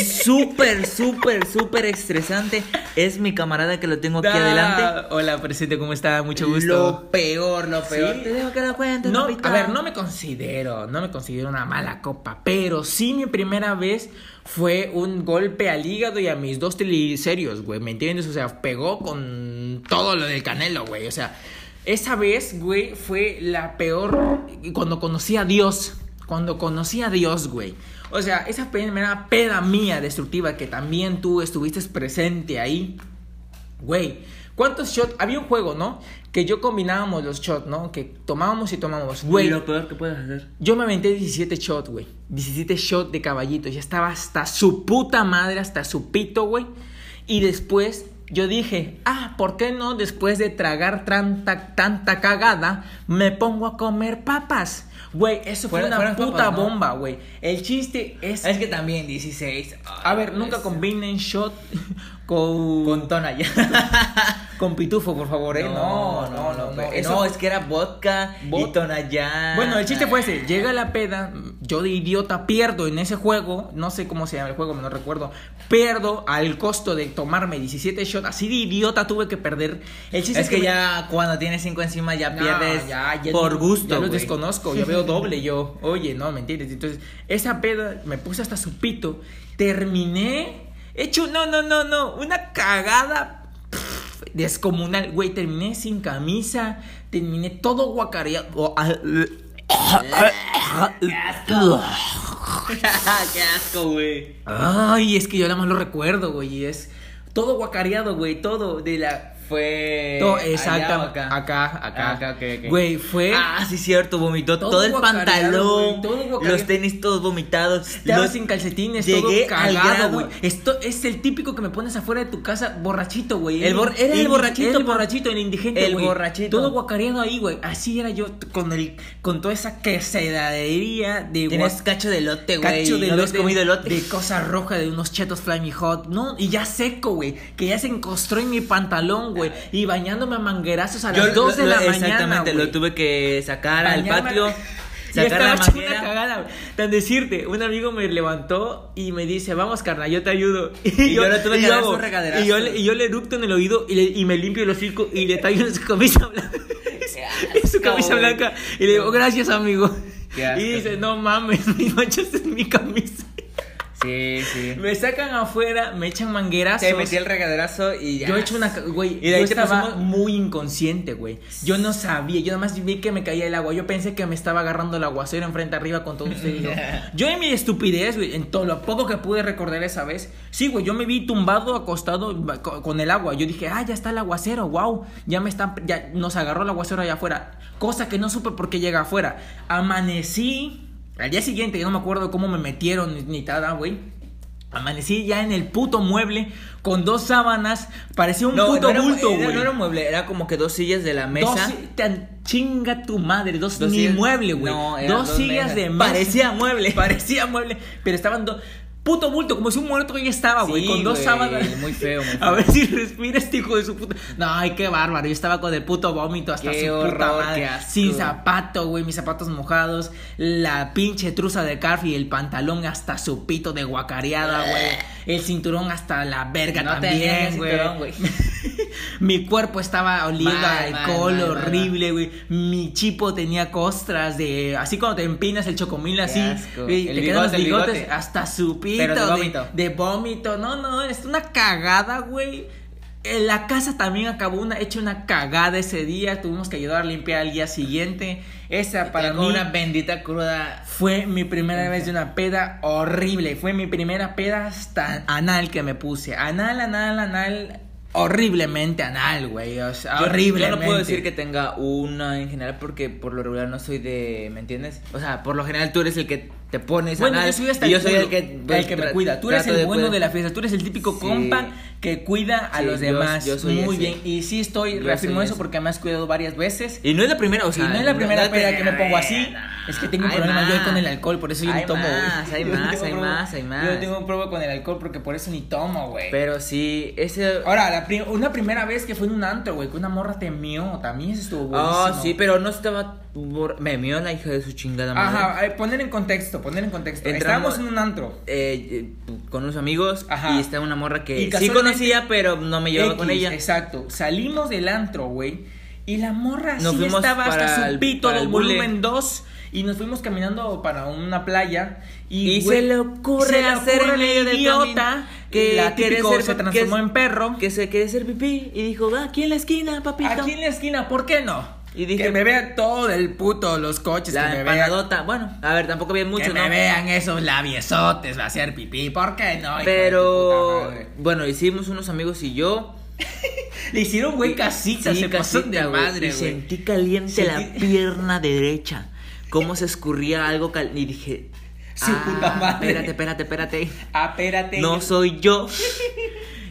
S2: *laughs*
S3: súper, súper, súper estresante, es mi camarada que lo tengo aquí
S2: Ah,
S3: adelante.
S2: Hola, presente, ¿cómo está? Mucho gusto.
S3: Lo peor, lo peor.
S2: Sí.
S3: Te dejo que lo cuentes.
S2: No,
S3: papito.
S2: a ver, no me considero, no me considero una mala copa, pero sí mi primera vez fue un golpe al hígado y a mis dos triglicéridos, güey, ¿me entiendes? O sea, pegó con todo lo del canelo, güey, o sea, esa vez, güey, fue la peor cuando conocí a Dios, cuando conocí a Dios, güey. O sea, esa primera peda mía destructiva que también tú estuviste presente ahí. Güey, ¿cuántos shots? Había un juego, ¿no? Que yo combinábamos los shots, ¿no? Que tomábamos y tomábamos. Güey,
S3: Lo peor que puedes hacer.
S2: yo me aventé 17 shots, güey. 17 shots de caballito. Ya estaba hasta su puta madre, hasta su pito, güey. Y después yo dije, ah, ¿por qué no después de tragar tanta, tanta cagada me pongo a comer papas? Güey, eso fue
S3: Fueron-
S2: una
S3: fueron
S2: puta
S3: papas, ¿no?
S2: bomba, güey. El chiste es...
S3: Es que también 16.
S2: A ver, nunca combinen shot *laughs* con...
S3: Con tona ya.
S2: *laughs* Con pitufo, por favor, ¿eh? No, no, no. no,
S3: pues,
S2: Eso-
S3: no, es que era vodka
S2: Vod-
S3: y tonallán.
S2: Bueno, el chiste fue ese. Llega la peda, yo de idiota pierdo en ese juego, no sé cómo se llama el juego, no recuerdo. Pierdo al costo de tomarme 17 shots, así de idiota tuve que perder. El chiste
S3: Es que
S2: me-
S3: ya cuando tienes 5 encima ya
S2: No,
S3: pierdes
S2: ya, ya-
S3: por gusto.
S2: Ya los
S3: güey.
S2: desconozco, *laughs* yo veo
S3: *laughs*
S2: doble yo. Oye, no, ¿me entiendes? Entonces, esa peda me puse hasta su pito. Terminé hecho, no, no, no, no, una cagada pff, descomunal. Güey, terminé sin camisa, terminé todo guacareado. o- ah,
S3: Qué asco, güey.
S2: Ay, es que yo nada más lo recuerdo, güey, y es
S3: Todo guacareado, güey, todo de la... Fue...
S2: Todo,
S3: Eh, allá o
S2: exacta-
S3: acá.
S2: acá, acá.
S3: Ah, acá, ok, ok.
S2: Güey, fue-
S3: Ah, sí, cierto, vomitó todo,
S2: Todo
S3: el
S2: guacareado,
S3: pantalón,
S2: güey, todo guacareado.
S3: los tenis todos vomitados.
S2: Estaba
S3: los-
S2: sin calcetines,
S3: llegué
S2: todo
S3: al
S2: cagado,
S3: grado-
S2: güey. Esto es el típico que me pones afuera de tu casa, borrachito, güey.
S3: El bor- era el
S2: Indi-
S3: borrachito,
S2: El
S3: por-
S2: borrachito, el indigente,
S3: el
S2: güey.
S3: borrachito.
S2: Todo guacareado ahí, güey. Así era yo t- con el con toda esa quesadadería de
S3: Tienes
S2: guac-
S3: cacho de elote, güey.
S2: cacho de
S3: ¿No habías
S2: elote,
S3: comido elote?
S2: de cosa roja de unos chetos flaming hot no y ya seco güey que ya se encostró en mi pantalón güey y bañándome a manguerazos a las 2 de
S3: lo-
S2: la
S3: lo-
S2: mañana
S3: Exactamente,
S2: güey.
S3: lo tuve que sacar al
S2: Bañarme- *laughs*
S3: patio.
S2: Ya
S3: Sacar
S2: estaba
S3: la
S2: hecho una
S3: manguera.
S2: cagada, güey. Tan decirte, un amigo me levantó y me dice, vamos, carnal, yo te ayudo. *laughs*
S3: Y yo le tuve
S2: y
S3: que
S2: yo
S3: dar su
S2: hago-
S3: regaderazo.
S2: Y yo, le, y yo le eructo en el oído y, le- y me limpio el hocico y le traigo su camisa blanca. *laughs* su camisa
S3: güey.
S2: blanca. Y le digo, gracias, amigo.
S3: Qué asco.
S2: Y dice, no mames, *laughs* mis manchas en mi camisa.
S3: Sí, sí.
S2: Me sacan afuera, me echan manguerazos.
S3: Te metí el regaderazo y ya.
S2: Yo he hecho una. ca- Güey,
S3: Y de ahí
S2: yo
S3: te
S2: estaba
S3: pusimos-
S2: muy inconsciente, güey. Yo no sabía. Yo nada más vi que me caía el agua. Yo pensé que me estaba agarrando el aguacero enfrente arriba con todo usted. y
S3: *laughs*
S2: yo. Yo en mi estupidez, güey, en todo lo poco que pude recordar esa vez. Sí, güey, yo me vi tumbado, acostado ba- co- con el agua. Yo dije, ah, ya está el aguacero, wow. Ya me están. Ya nos agarró el aguacero allá afuera. Cosa que no supe por qué llega afuera. Amanecí. Al día siguiente, yo no me acuerdo cómo me metieron ni- ni nada, güey. Amanecí ya en el puto mueble con dos sábanas, parecía un
S3: No,
S2: puto
S3: no era-
S2: bulto,
S3: era-
S2: güey.
S3: No era un mueble, era como que dos sillas de la
S2: Dos
S3: mesa.
S2: si- tan- chinga tu madre, dos,
S3: Dos
S2: ni
S3: sillas-
S2: mueble, güey.
S3: No, eran
S2: dos,
S3: dos
S2: sillas
S3: mesas.
S2: de mesa.
S3: Parecía
S2: *laughs*
S3: mueble.
S2: parecía mueble, pero estaban dos puto bulto como si un muerto ya estaba, güey,
S3: Sí,
S2: con dos
S3: güey,
S2: sábanas.
S3: muy feo,
S2: *laughs*
S3: muy
S2: A
S3: feo.
S2: ver si respira este hijo de su puta. No, ay, qué bárbaro. Yo estaba con el puto vómito hasta
S3: Qué
S2: su puta
S3: horror,
S2: madre.
S3: qué asco.
S2: Sin zapato, güey, mis zapatos mojados, la pinche truza de Carfi, el pantalón hasta su pito de
S3: Eh.
S2: guacareada, güey. El cinturón hasta la verga
S3: No tenía
S2: también,
S3: ese
S2: güey.
S3: cinturón, güey.
S2: *laughs* Mi cuerpo estaba oliendo
S3: Mal,
S2: a alcohol
S3: mal, mal, mal,
S2: horrible, güey. Mi chipo tenía costras de. Así cuando te empinas el chocomil así.
S3: asco.
S2: güey,
S3: El
S2: te quedan los
S3: bigote, el
S2: bigotes
S3: bigote.
S2: hasta su pito.
S3: Pero de
S2: de-
S3: vómito.
S2: de vómito. No, no, es una cagada, güey. En la casa también acabó una, hecho una cagada ese día. Tuvimos que ayudar a limpiar al día siguiente. Esa para mí
S3: una bendita cruda.
S2: fue mi primera vez de una peda horrible. Fue mi primera peda hasta anal que me puse. Anal, anal, anal. Horriblemente anal, güey. O sea,
S3: Yo-
S2: horriblemente.
S3: Yo no puedo decir que tenga una en general porque por lo regular no soy de, ¿me entiendes? O sea, por lo general tú eres el que te pones
S2: Bueno,
S3: anal
S2: yo soy hasta
S3: y
S2: el
S3: yo soy el
S2: culo,
S3: que pues,
S2: el que me
S3: tra-
S2: cuida. Tú eres
S3: trato
S2: el bueno
S3: cuidar.
S2: de la fiesta. Tú eres el típico
S3: Sí.
S2: compa que cuida a
S3: Sí,
S2: los
S3: yo-
S2: demás.
S3: yo soy
S2: Muy
S3: ese.
S2: bien. Y sí estoy,
S3: Yo
S2: reafirmo
S3: soy
S2: eso
S3: ese.
S2: porque me has cuidado varias veces.
S3: Y no es la primera, o
S2: Y
S3: sea,
S2: no es la primera
S3: no
S2: peda que me
S3: primera
S2: pongo
S3: vez,
S2: así.
S3: no.
S2: Es que tengo un
S3: Hay
S2: problema yo
S3: más.
S2: con el alcohol, por eso yo
S3: Hay
S2: ni tomo. güey.
S3: más, *laughs* hay
S2: *laughs* Yo
S3: más,
S2: tengo
S3: hay
S2: problema-
S3: más, hay
S2: Yo
S3: más.
S2: tengo un problema con el alcohol porque por eso ni tomo, güey.
S3: Pero sí, ese...
S2: Ahora, la pri- una primera vez que fue en un antro, güey, que una morra te mió, también eso estuvo buenísimo.
S3: Ah, sí, pero no estaba... bor- Me mió la hija de su chingada madre.
S2: Ajá, eh, poner en contexto, poner en contexto.
S3: Entramos-
S2: Estábamos en un antro.
S3: Eh, eh, con unos amigos
S2: Ajá.
S3: y estaba una morra
S2: Y
S3: que sí
S2: casualmente-
S3: conocía, pero no me llevaba
S2: X,
S3: con ella.
S2: Exacto. Salimos del antro, güey. Y la morra
S3: Nos
S2: sí
S3: fuimos
S2: estaba
S3: para
S2: hasta su
S3: el-
S2: pito
S3: para
S2: del
S3: el bule.
S2: volumen 2. Y nos fuimos caminando para una playa. Y,
S3: Y
S2: güey,
S3: se le ocurre
S2: se le
S3: hacer
S2: ocurre
S3: en medio del
S2: idiota
S3: camino
S2: que
S3: que
S2: la
S3: quiere
S2: típico
S3: ser-
S2: se transformó
S3: que es-
S2: en perro.
S3: Que se quiere hacer pipí y dijo, "Va, aquí en la esquina, papito.
S2: Aquí en la esquina, ¿por qué no?
S3: Y dije-
S2: que me vea todo el puto, los coches,
S3: la
S2: que me vea
S3: empanadota. Bueno, a ver, tampoco había mucho,
S2: que me
S3: ¿no?
S2: vean esos labiosotes, va a hacer pipí, ¿por qué no? hijo de tu
S3: Pero
S2: puta madre?
S3: bueno, hicimos unos amigos y yo.
S2: le hicieron güey casita,
S3: Sí,
S2: se pasó
S3: casita,
S2: de
S3: güey,
S2: madre,
S3: y
S2: güey.
S3: Sentí caliente la
S2: Sentí-
S3: pierna derecha. Cómo se escurría algo cal- y dije,
S2: Su
S3: "Ah,
S2: puta madre".
S3: Espérate, espérate, espérate.
S2: Apérate.
S3: No soy yo.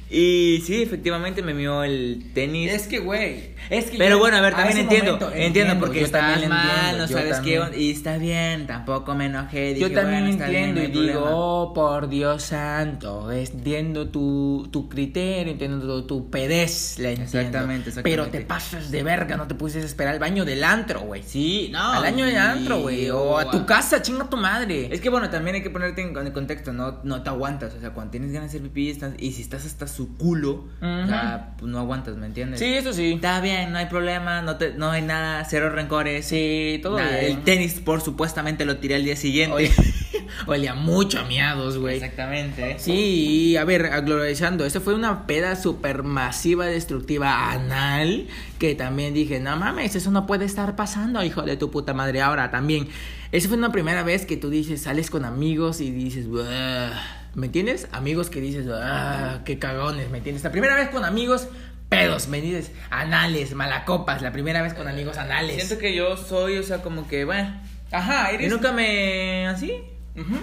S3: Y sí, efectivamente me mió el tenis.
S2: es que güey, es que
S3: Pero
S2: yo-
S3: bueno, a ver, también
S2: ese
S3: entiendo,
S2: momento,
S3: entiendo. porque
S2: yo
S3: estás
S2: también
S3: mal,
S2: entiendo,
S3: no
S2: yo
S3: sabes qué.
S2: también.
S3: on- Y está bien, tampoco me enojé.
S2: Yo
S3: dije,
S2: también
S3: bueno, está bien,
S2: entiendo
S3: no
S2: y
S3: hay
S2: digo,
S3: problema.
S2: oh, por Dios santo, entiendo tu, tu criterio, entiendo tu, tu pedez, la entiendo.
S3: Exactamente,
S2: Pero
S3: exactamente.
S2: te pasas de verga, no te pusiste a esperar al baño del antro, güey.
S3: Sí, no.
S2: al baño del antro, güey, o a tu casa, chinga tu madre.
S3: Es que bueno, también hay que ponerte en, en contexto, no, no te aguantas. O sea, cuando tienes ganas de hacer pipí estás- y si estás hasta su culo, o sea, pues, no aguantas, ¿me entiendes?
S2: Sí, eso sí.
S3: Está bien, no hay problema, no, te, no hay nada, cero rencores.
S2: Sí, todo
S3: Nada,
S2: bien.
S3: El tenis, por supuestamente, lo tiré al día siguiente.
S2: Oye, *laughs* Olía mucho a miados, güey.
S3: Exactamente.
S2: Sí, y, a ver, globalizando, esta fue una peda super masiva, destructiva, anal, que también dije, no mames, eso no puede estar pasando, hijo de tu puta madre. Ahora también, esa fue una primera vez que tú dices, sales con amigos y dices, "Buah, ¿Me entiendes? Amigos que dices, ah, qué cagones, ¿me entiendes? La primera vez con amigos, pedos, ¿me entiendes? Anales, malacopas, la primera vez con amigos anales.
S3: Siento que yo soy, o sea, como que, bueno.
S2: Ajá,
S3: Yo
S2: eres...
S3: nunca me. así.
S2: Ujú.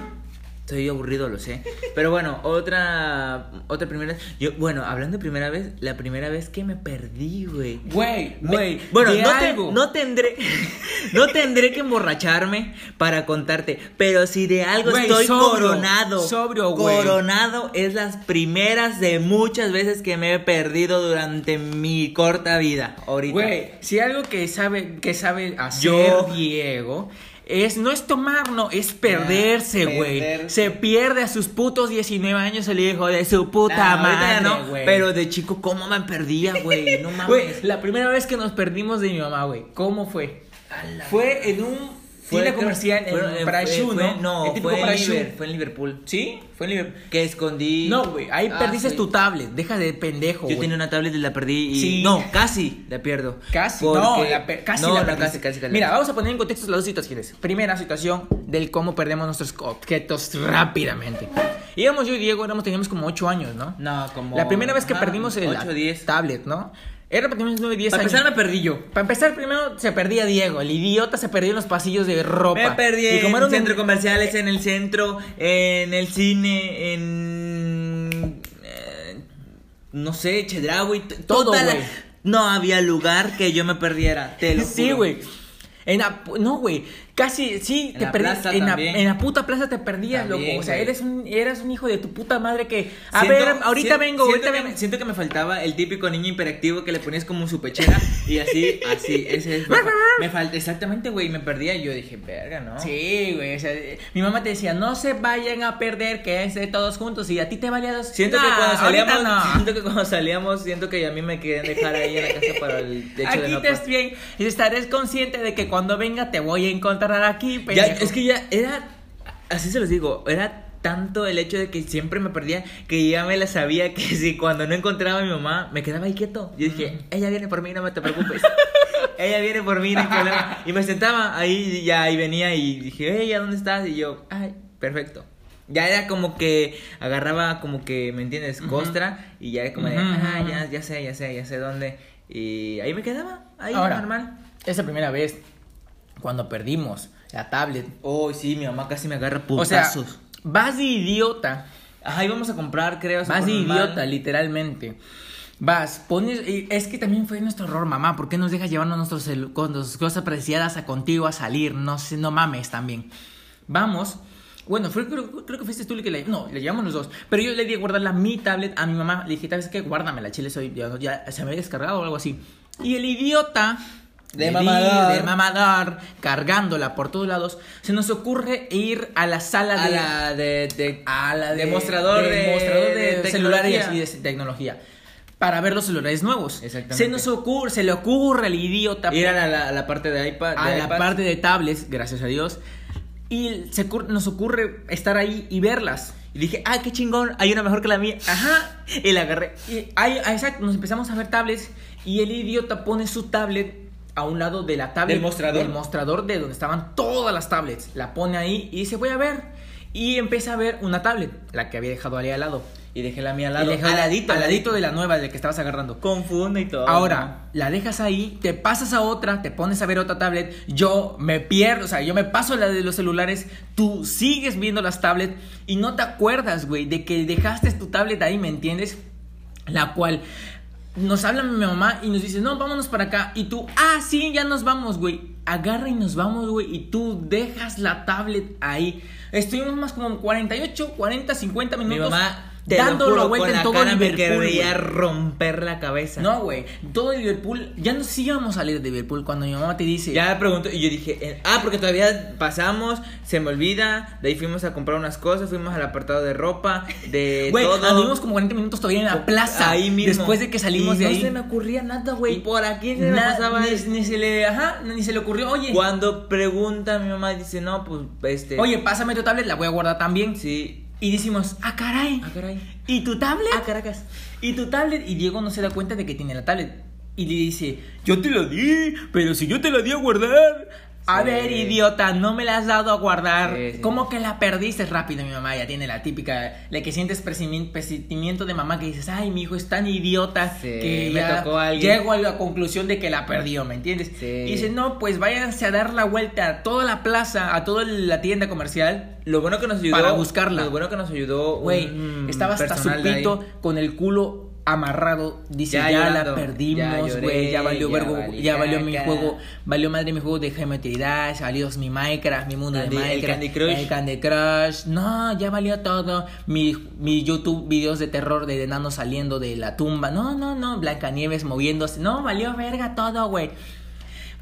S3: Estoy aburrido, lo sé. Pero bueno, otra. Otra primera vez. Yo, bueno, hablando de primera vez, la primera vez que me perdí, güey.
S2: Güey,
S3: Me-
S2: güey,
S3: Bueno,
S2: de
S3: no, te-
S2: algo.
S3: no tendré. *laughs* No tendré que emborracharme para contarte. Pero si de algo
S2: Güey,
S3: estoy
S2: sobrio,
S3: coronado.
S2: sobrio, güey.
S3: Coronado es las primeras de muchas veces que me he perdido durante mi corta vida. Ahorita.
S2: Güey, si algo que sabe, que sabe hacer
S3: Yo- Ah,
S2: Diego es no es tomar, no, es perderse, güey.
S3: perderse.
S2: Se pierde a sus putos 19 años el hijo de su
S3: Nah,
S2: puta
S3: ahorita
S2: madre,
S3: ya no,
S2: güey.
S3: Pero de chico, ¿cómo me perdía, *laughs* güey? No mames.
S2: Güey, la primera vez que nos perdimos de mi mamá, güey, ¿cómo fue? Fue en un
S3: Fue-
S2: tienda comercial
S3: fueron-
S2: en
S3: fue- eh,
S2: Prashú,
S3: fue-
S2: ¿no?
S3: No,
S2: El típico
S3: fue, en
S2: Prashú.
S3: Liber- fue en Liverpool.
S2: ¿Sí?
S3: Fue en Liverpool. Que escondí.
S2: No, güey, ahí
S3: Ah,
S2: perdiste
S3: sí.
S2: tu tablet, deja de pendejo,
S3: Yo
S2: güey.
S3: tenía una tablet y la perdí. Y...
S2: Sí.
S3: No, casi la pierdo.
S2: Casi,
S3: Porque-
S2: no, la pe- casi,
S3: no,
S2: la
S3: no,
S2: perdiste.
S3: casi, casi, casi.
S2: Mira, vamos a poner en contexto las dos situaciones. Primera situación del cómo perdemos nuestros objetos rápidamente. Íbamos yo y Diego, éramos, teníamos como 8 años, ¿no?
S3: No, como.
S2: La primera vez que
S3: ajá,
S2: perdimos el
S3: 8 o 10.
S2: tablet, ¿no? Era para teníamos 9, 10
S3: Para
S2: años.
S3: empezar, me perdí yo.
S2: Para empezar, primero se perdía Diego, el idiota se perdió en los pasillos de ropa.
S3: Me perdí
S2: Y como
S3: en
S2: era un
S3: centros comerciales, en el centro, en el cine, en. eh, No sé, Chedraui, t-
S2: Todo,
S3: toda la-
S2: güey.
S3: No había lugar que yo me perdiera, te
S2: *laughs*
S3: lo
S2: Sí,
S3: juro.
S2: güey. En la pu- no, güey, casi, sí,
S3: En
S2: te
S3: la
S2: perdías,
S3: plaza
S2: en, la,
S3: también.
S2: en la puta plaza te perdías,
S3: También,
S2: loco, o sea,
S3: güey.
S2: eres un, eras un hijo de tu puta madre que, a
S3: Siento-
S2: ver, ahorita
S3: sien-
S2: vengo, ahorita
S3: siento que-
S2: vengo,
S3: Siento que me faltaba el típico niño imperactivo que le ponías como su pechera y así, así, ese es. Me falta, exactamente, güey, me perdía y yo dije, verga, ¿no?
S2: sí, güey, o sea, eh, mi mamá te decía, no se vayan a perder, que es de todos juntos, y a ti te valía dos,
S3: Siento que
S2: Nah,
S3: cuando
S2: ahorita
S3: salíamos,
S2: no.
S3: *laughs* siento que cuando salíamos, siento que a mí me querían dejar ahí en la casa para el hecho de
S2: Aquí
S3: no
S2: te estoy bien, y estarás consciente de que cuando venga te voy a encontrar aquí,
S3: Ya,
S2: pendejo.
S3: es que ya era, así se los digo, era tanto el hecho de que siempre me perdía que ya me la sabía que si cuando no encontraba a mi mamá me quedaba ahí quieto. Yo dije, ella viene por mí, no me te
S2: *laughs*
S3: preocupes. ella viene por mí, no hay problema. Y me sentaba ahí y ya y venía y dije, ella, ¿dónde estás? Y yo, ay, perfecto. Ya era como que agarraba como que, ¿me entiendes? Costra y ya era como de,
S2: Ujú,
S3: ah,
S2: ujú.
S3: ya, ya sé, ya sé, ya sé dónde. Y ahí me quedaba, ahí
S2: Ahora,
S3: normal.
S2: esa primera vez, cuando perdimos la tablet,
S3: Oh, sí, mi mamá casi me agarra
S2: Eh, o sea,
S3: putazos.
S2: vas de idiota
S3: Ajá, íbamos a comprar, creo.
S2: Vas de
S3: Superman.
S2: idiota, literalmente. Vas, pones. y Es que también fue nuestro error, mamá. ¿Por qué nos dejas llevarnos nuestros celu- con nuestras cosas preciadas a contigo a salir? No sé, no mames también. Vamos. Bueno, fue- creo, creo que fuiste tú el que la. No, le llevamos los dos. Pero yo le di a guardarla mi tablet a mi mamá. Le dije, ¿sabes qué? Guárdamela, chile. Soy, ya, ya se me había descargado o algo así. Y el idiota.
S3: De
S2: le di-
S3: mamador.
S2: De mamador. Cargándola por todos lados. Se nos ocurre ir a la sala
S3: A
S2: de.
S3: la de. de-
S2: A la de,
S3: Demostrador de-
S2: demostrador
S3: de
S2: de,
S3: tecnología.
S2: celulares y de tecnología. Para ver los celulares nuevos.
S3: Exactamente.
S2: Se nos ocurre, se le ocurre al idiota
S3: ir a la, la- la parte de iPad.
S2: a
S3: de
S2: la
S3: iPad.
S2: parte de tablets, gracias a Dios. Y se ocur- nos ocurre estar ahí y verlas.
S3: Y dije, ah, qué chingón, hay una mejor que la mía. Ajá. Y la agarré.
S2: Y ahí- ah, exacto, nos empezamos a ver tablets y el idiota pone su tablet a un lado de la tablet.
S3: Del mostrador.
S2: Del mostrador de donde estaban todas las tablets. La pone ahí y dice, voy a ver. Y empieza a ver una tablet, la que había dejado ahí al lado.
S3: Y dejé la mía al
S2: Al
S3: lado.
S2: lado- al ladito de la nueva de la que estabas agarrando.
S3: Confunde y todo.
S2: Ahora, la dejas ahí, te pasas a otra, te pones a ver otra tablet, yo me pierdo, o sea, yo me paso la de los celulares, tú sigues viendo las tablets y no te acuerdas, güey, de que dejaste tu tablet ahí, ¿me entiendes? La cual nos habla mi mamá y nos dice, no, vámonos para acá. Y tú, ah, sí, ya nos vamos, güey. Agarra y nos vamos, güey. Y tú dejas la tablet ahí. Estuvimos más como 48, 40, 50
S3: Mi
S2: minutos
S3: mamá. Te
S2: dándolo
S3: lo juro,
S2: vuelta
S3: con
S2: en
S3: la
S2: todo
S3: cara me
S2: Liverpool,
S3: quería
S2: güey.
S3: romper la cabeza.
S2: No, güey. Todo Liverpool. Ya nos íbamos a salir de Liverpool cuando mi mamá te dice.
S3: Ya pregunto, y yo dije, eh, ah, porque todavía pasamos, se me olvida, de ahí fuimos a comprar unas cosas, fuimos al apartado de ropa, de
S2: Güey,
S3: todo.
S2: anduvimos como 40 minutos todavía en la plaza.
S3: Ahí mismo.
S2: Después de que salimos
S3: Y
S2: de
S3: no
S2: ahí.
S3: se me ocurría nada, güey.
S2: Y
S3: por aquí
S2: Na- ni, ni se le. Ajá, ni se le ocurrió. Oye,
S3: Cuando pregunta mi mamá, dice, no, pues, este...
S2: oye, pásame tu tablet, la voy a guardar también.
S3: Sí.
S2: Y decimos, ah, caray.
S3: Ah, caray.
S2: ¿Y tu tablet?
S3: Ah, Caracas.
S2: Y tu tablet, y Diego no se da cuenta de que tiene la tablet. Y le dice, yo te la di, pero si yo te la di a guardar. A
S3: Sí.
S2: ver, idiota, no me la has dado a guardar.
S3: Sí, sí,
S2: ¿Cómo que la perdiste rápido? Mi mamá ya tiene la típica, la que sientes presimi- presentimiento de mamá que dices, ay, mi hijo es tan idiota
S3: Sí,
S2: que
S3: me
S2: ya
S3: tocó a alguien".
S2: llego a la conclusión de que la perdió, ¿me entiendes?
S3: Sí.
S2: Y dice, no, pues váyanse a dar la vuelta a toda la plaza, a toda la tienda comercial.
S3: Lo bueno que nos ayudó.
S2: Para buscarla.
S3: Lo bueno que nos ayudó.
S2: Güey,
S3: un
S2: estaba hasta su
S3: personal de ahí.
S2: pito con el culo amarrado. Dice,
S3: Ya
S2: ya,
S3: llorando,
S2: la
S3: ya
S2: perdimos,
S3: lloré,
S2: güey. Ya valió
S3: ya
S2: vergo,
S3: valí
S2: ya valió mi
S3: caca".
S2: juego, valió madre mi juego de geometría, salió mi Minecraft, mi mundo
S3: Candy-
S2: de
S3: el
S2: Minecraft.
S3: Candy Crush.
S2: El Candy Crush. No, ya valió todo. Mi, mi YouTube videos de terror de enanos saliendo de la tumba. No, no, no. Blancanieves moviéndose. No, valió verga todo, güey.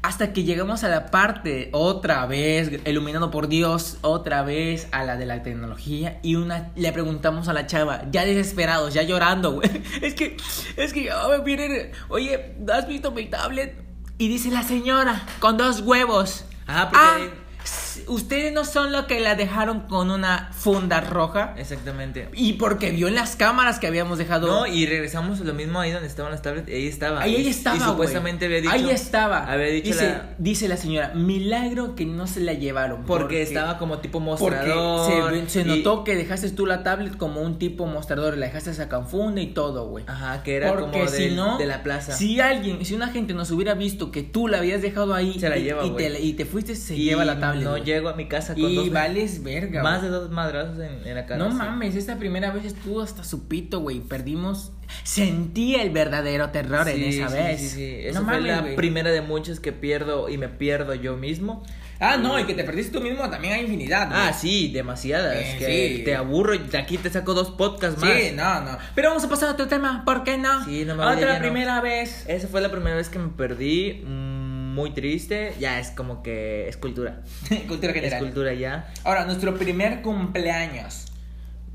S2: Hasta que llegamos a la parte, otra vez, iluminado por Dios, otra vez a la de la tecnología. Y una le preguntamos a la chava, ya desesperados, ya llorando, güey. *laughs* Es que, es que, oh, miren, oye, ¿has visto mi tablet? Y dice la señora, con dos huevos.
S3: Ah, porque-
S2: s- ustedes no son los que la dejaron con una funda roja.
S3: Eh. Exactamente.
S2: Y porque vio en las cámaras que habíamos dejado.
S3: No, y regresamos a lo mismo ahí donde estaban las tablets. Ahí estaba.
S2: Ahí, ahí
S3: Y-
S2: estaba.
S3: Y
S2: güey.
S3: supuestamente había dicho.
S2: Ahí estaba.
S3: Había dicho
S2: dice,
S3: la-
S2: dice la señora, milagro que no se la llevaron.
S3: Porque, estaba como tipo
S2: Porque
S3: mostrador.
S2: se, se
S3: y-
S2: notó que dejaste tú la tablet como un tipo mostrador, la dejaste a Canfunda y todo, güey.
S3: Ajá, que era como
S2: Porque si
S3: del-
S2: no,
S3: de la plaza.
S2: Si alguien, si una gente nos hubiera visto que tú la habías dejado ahí
S3: Se la
S2: y,
S3: lleva,
S2: y
S3: güey.
S2: te, y te fuiste, se
S3: Y
S2: lleva la tablet.
S3: No
S2: güey.
S3: llego a mi casa con
S2: y
S3: dos.
S2: vales verga.
S3: Más
S2: güey.
S3: de dos madrazos en, en la cara.
S2: No
S3: sí.
S2: mames, esta primera vez estuvo hasta su pito, güey. Perdimos. Sentí el verdadero terror en
S3: Sí,
S2: esa
S3: sí,
S2: vez.
S3: sí, sí.
S2: No
S3: Esa fue la
S2: güey.
S3: primera de muchas que pierdo y me pierdo yo mismo.
S2: Ah, no, y que te perdiste tú mismo también hay infinidad. güey.
S3: Ah, sí, demasiadas.
S2: Eh,
S3: que
S2: sí.
S3: te aburro y de aquí te saco dos podcasts más.
S2: Sí, no, no. Pero vamos a pasar a otro tema, ¿por qué no?
S3: Sí, no me vale,
S2: Otra
S3: ya no.
S2: primera vez.
S3: Esa fue la primera vez que me perdí. mm, Muy triste. Ya es como que es cultura.
S2: *laughs* Cultura
S3: Es
S2: general.
S3: cultura ya.
S2: Ahora, nuestro primer cumpleaños.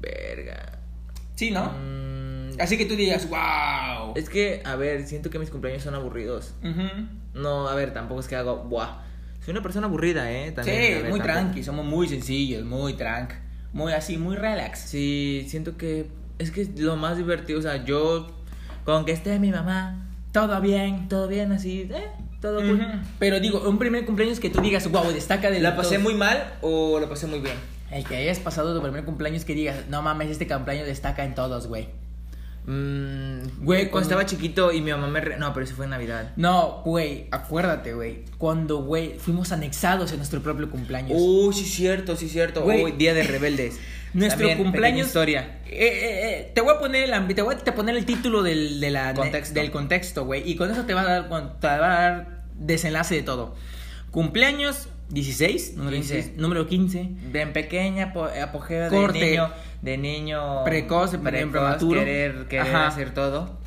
S3: Verga.
S2: Sí, ¿no?
S3: Mm,
S2: Así que tú digas, wow.
S3: es que, a ver, siento que mis cumpleaños son aburridos. No, a ver, tampoco es que hago. Buah. Soy una persona aburrida, ¿eh?
S2: Sí,
S3: También, a ver,
S2: muy
S3: tampoco.
S2: tranqui, somos muy sencillos, muy tranqui. Muy así, muy relax.
S3: Sí, siento que es que es lo más divertido, o sea, yo con que esté mi mamá,
S2: Todo bien.
S3: todo bien así, eh, todo
S2: Ujú.
S3: cool.
S2: Pero digo, un primer cumpleaños que tú digas, wow, destaca de
S3: ¿La
S2: los
S3: pasé
S2: dos".
S3: muy mal o la pasé muy bien?
S2: El que hayas pasado tu primer cumpleaños que digas, no mames, este cumpleaños destaca en todos, güey.
S3: Mm,
S2: Güey,
S3: cuando
S2: con-
S3: estaba chiquito y mi mamá me re- no, pero eso fue en Navidad.
S2: No, güey, acuérdate, güey. Cuando, güey, fuimos anexados en nuestro propio cumpleaños.
S3: Uy, sí cierto, sí cierto.
S2: Güey.
S3: Uy, Día de *laughs* Rebeldes.
S2: nuestro
S3: También, pequeña
S2: cumpleaños.
S3: historia.
S2: Eh, eh, eh, te voy a poner el ambi- te voy a te poner el título del, de la-
S3: Contexto.
S2: del contexto, güey. Y con eso te va a dar, con- te va a dar desenlace de todo. Cumpleaños 16, número
S3: 15.
S2: 16, número 15.
S3: De en pequeña apo- apogeo
S2: Corte.
S3: de niño, de niño
S2: Precoz, de prematuro.
S3: querer querer
S2: Ajá.
S3: hacer todo.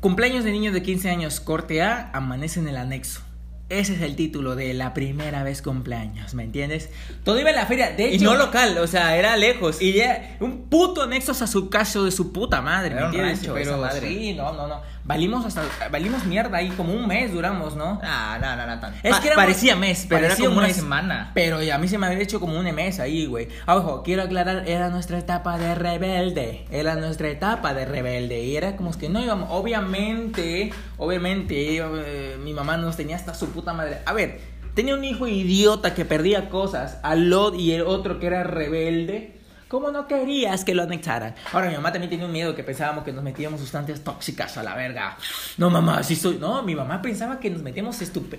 S2: Cumpleaños de niños de 15 años, corte A, amanece en el anexo. Ese es el título de la primera vez cumpleaños, ¿me entiendes? Todo iba en la feria, de
S3: Y
S2: hecho.
S3: no local, o sea, era lejos.
S2: Y ya, un puto anexo a su caso de su puta madre, ¿me
S3: Era un
S2: entiendes?
S3: rancho,
S2: Pero
S3: esa madre.
S2: sí, no, no, no. Valimos hasta, valimos mierda ahí, como un mes duramos, ¿no?
S3: Ah, no, no, no tanto.
S2: Es
S3: Pa-
S2: que éramos-
S3: parecía mes, pero
S2: parecía
S3: era como
S2: un
S3: una
S2: mes,
S3: semana.
S2: Pero a mí se me había hecho como un mes ahí, güey. Ah, Ojo, quiero aclarar, era nuestra etapa de rebelde. Era nuestra etapa de rebelde. Y era como que no íbamos. Obviamente, obviamente, eh, mi mamá nos tenía hasta su puta madre. A ver, tenía un hijo idiota que perdía cosas. A Lot y el otro que era rebelde. ¿Cómo no querías que lo anexaran? Ahora, mi mamá también tenía un miedo que pensábamos que nos metíamos sustancias tóxicas a la verga. No, mamá, sí soy. No, mi mamá pensaba que nos metíamos estupe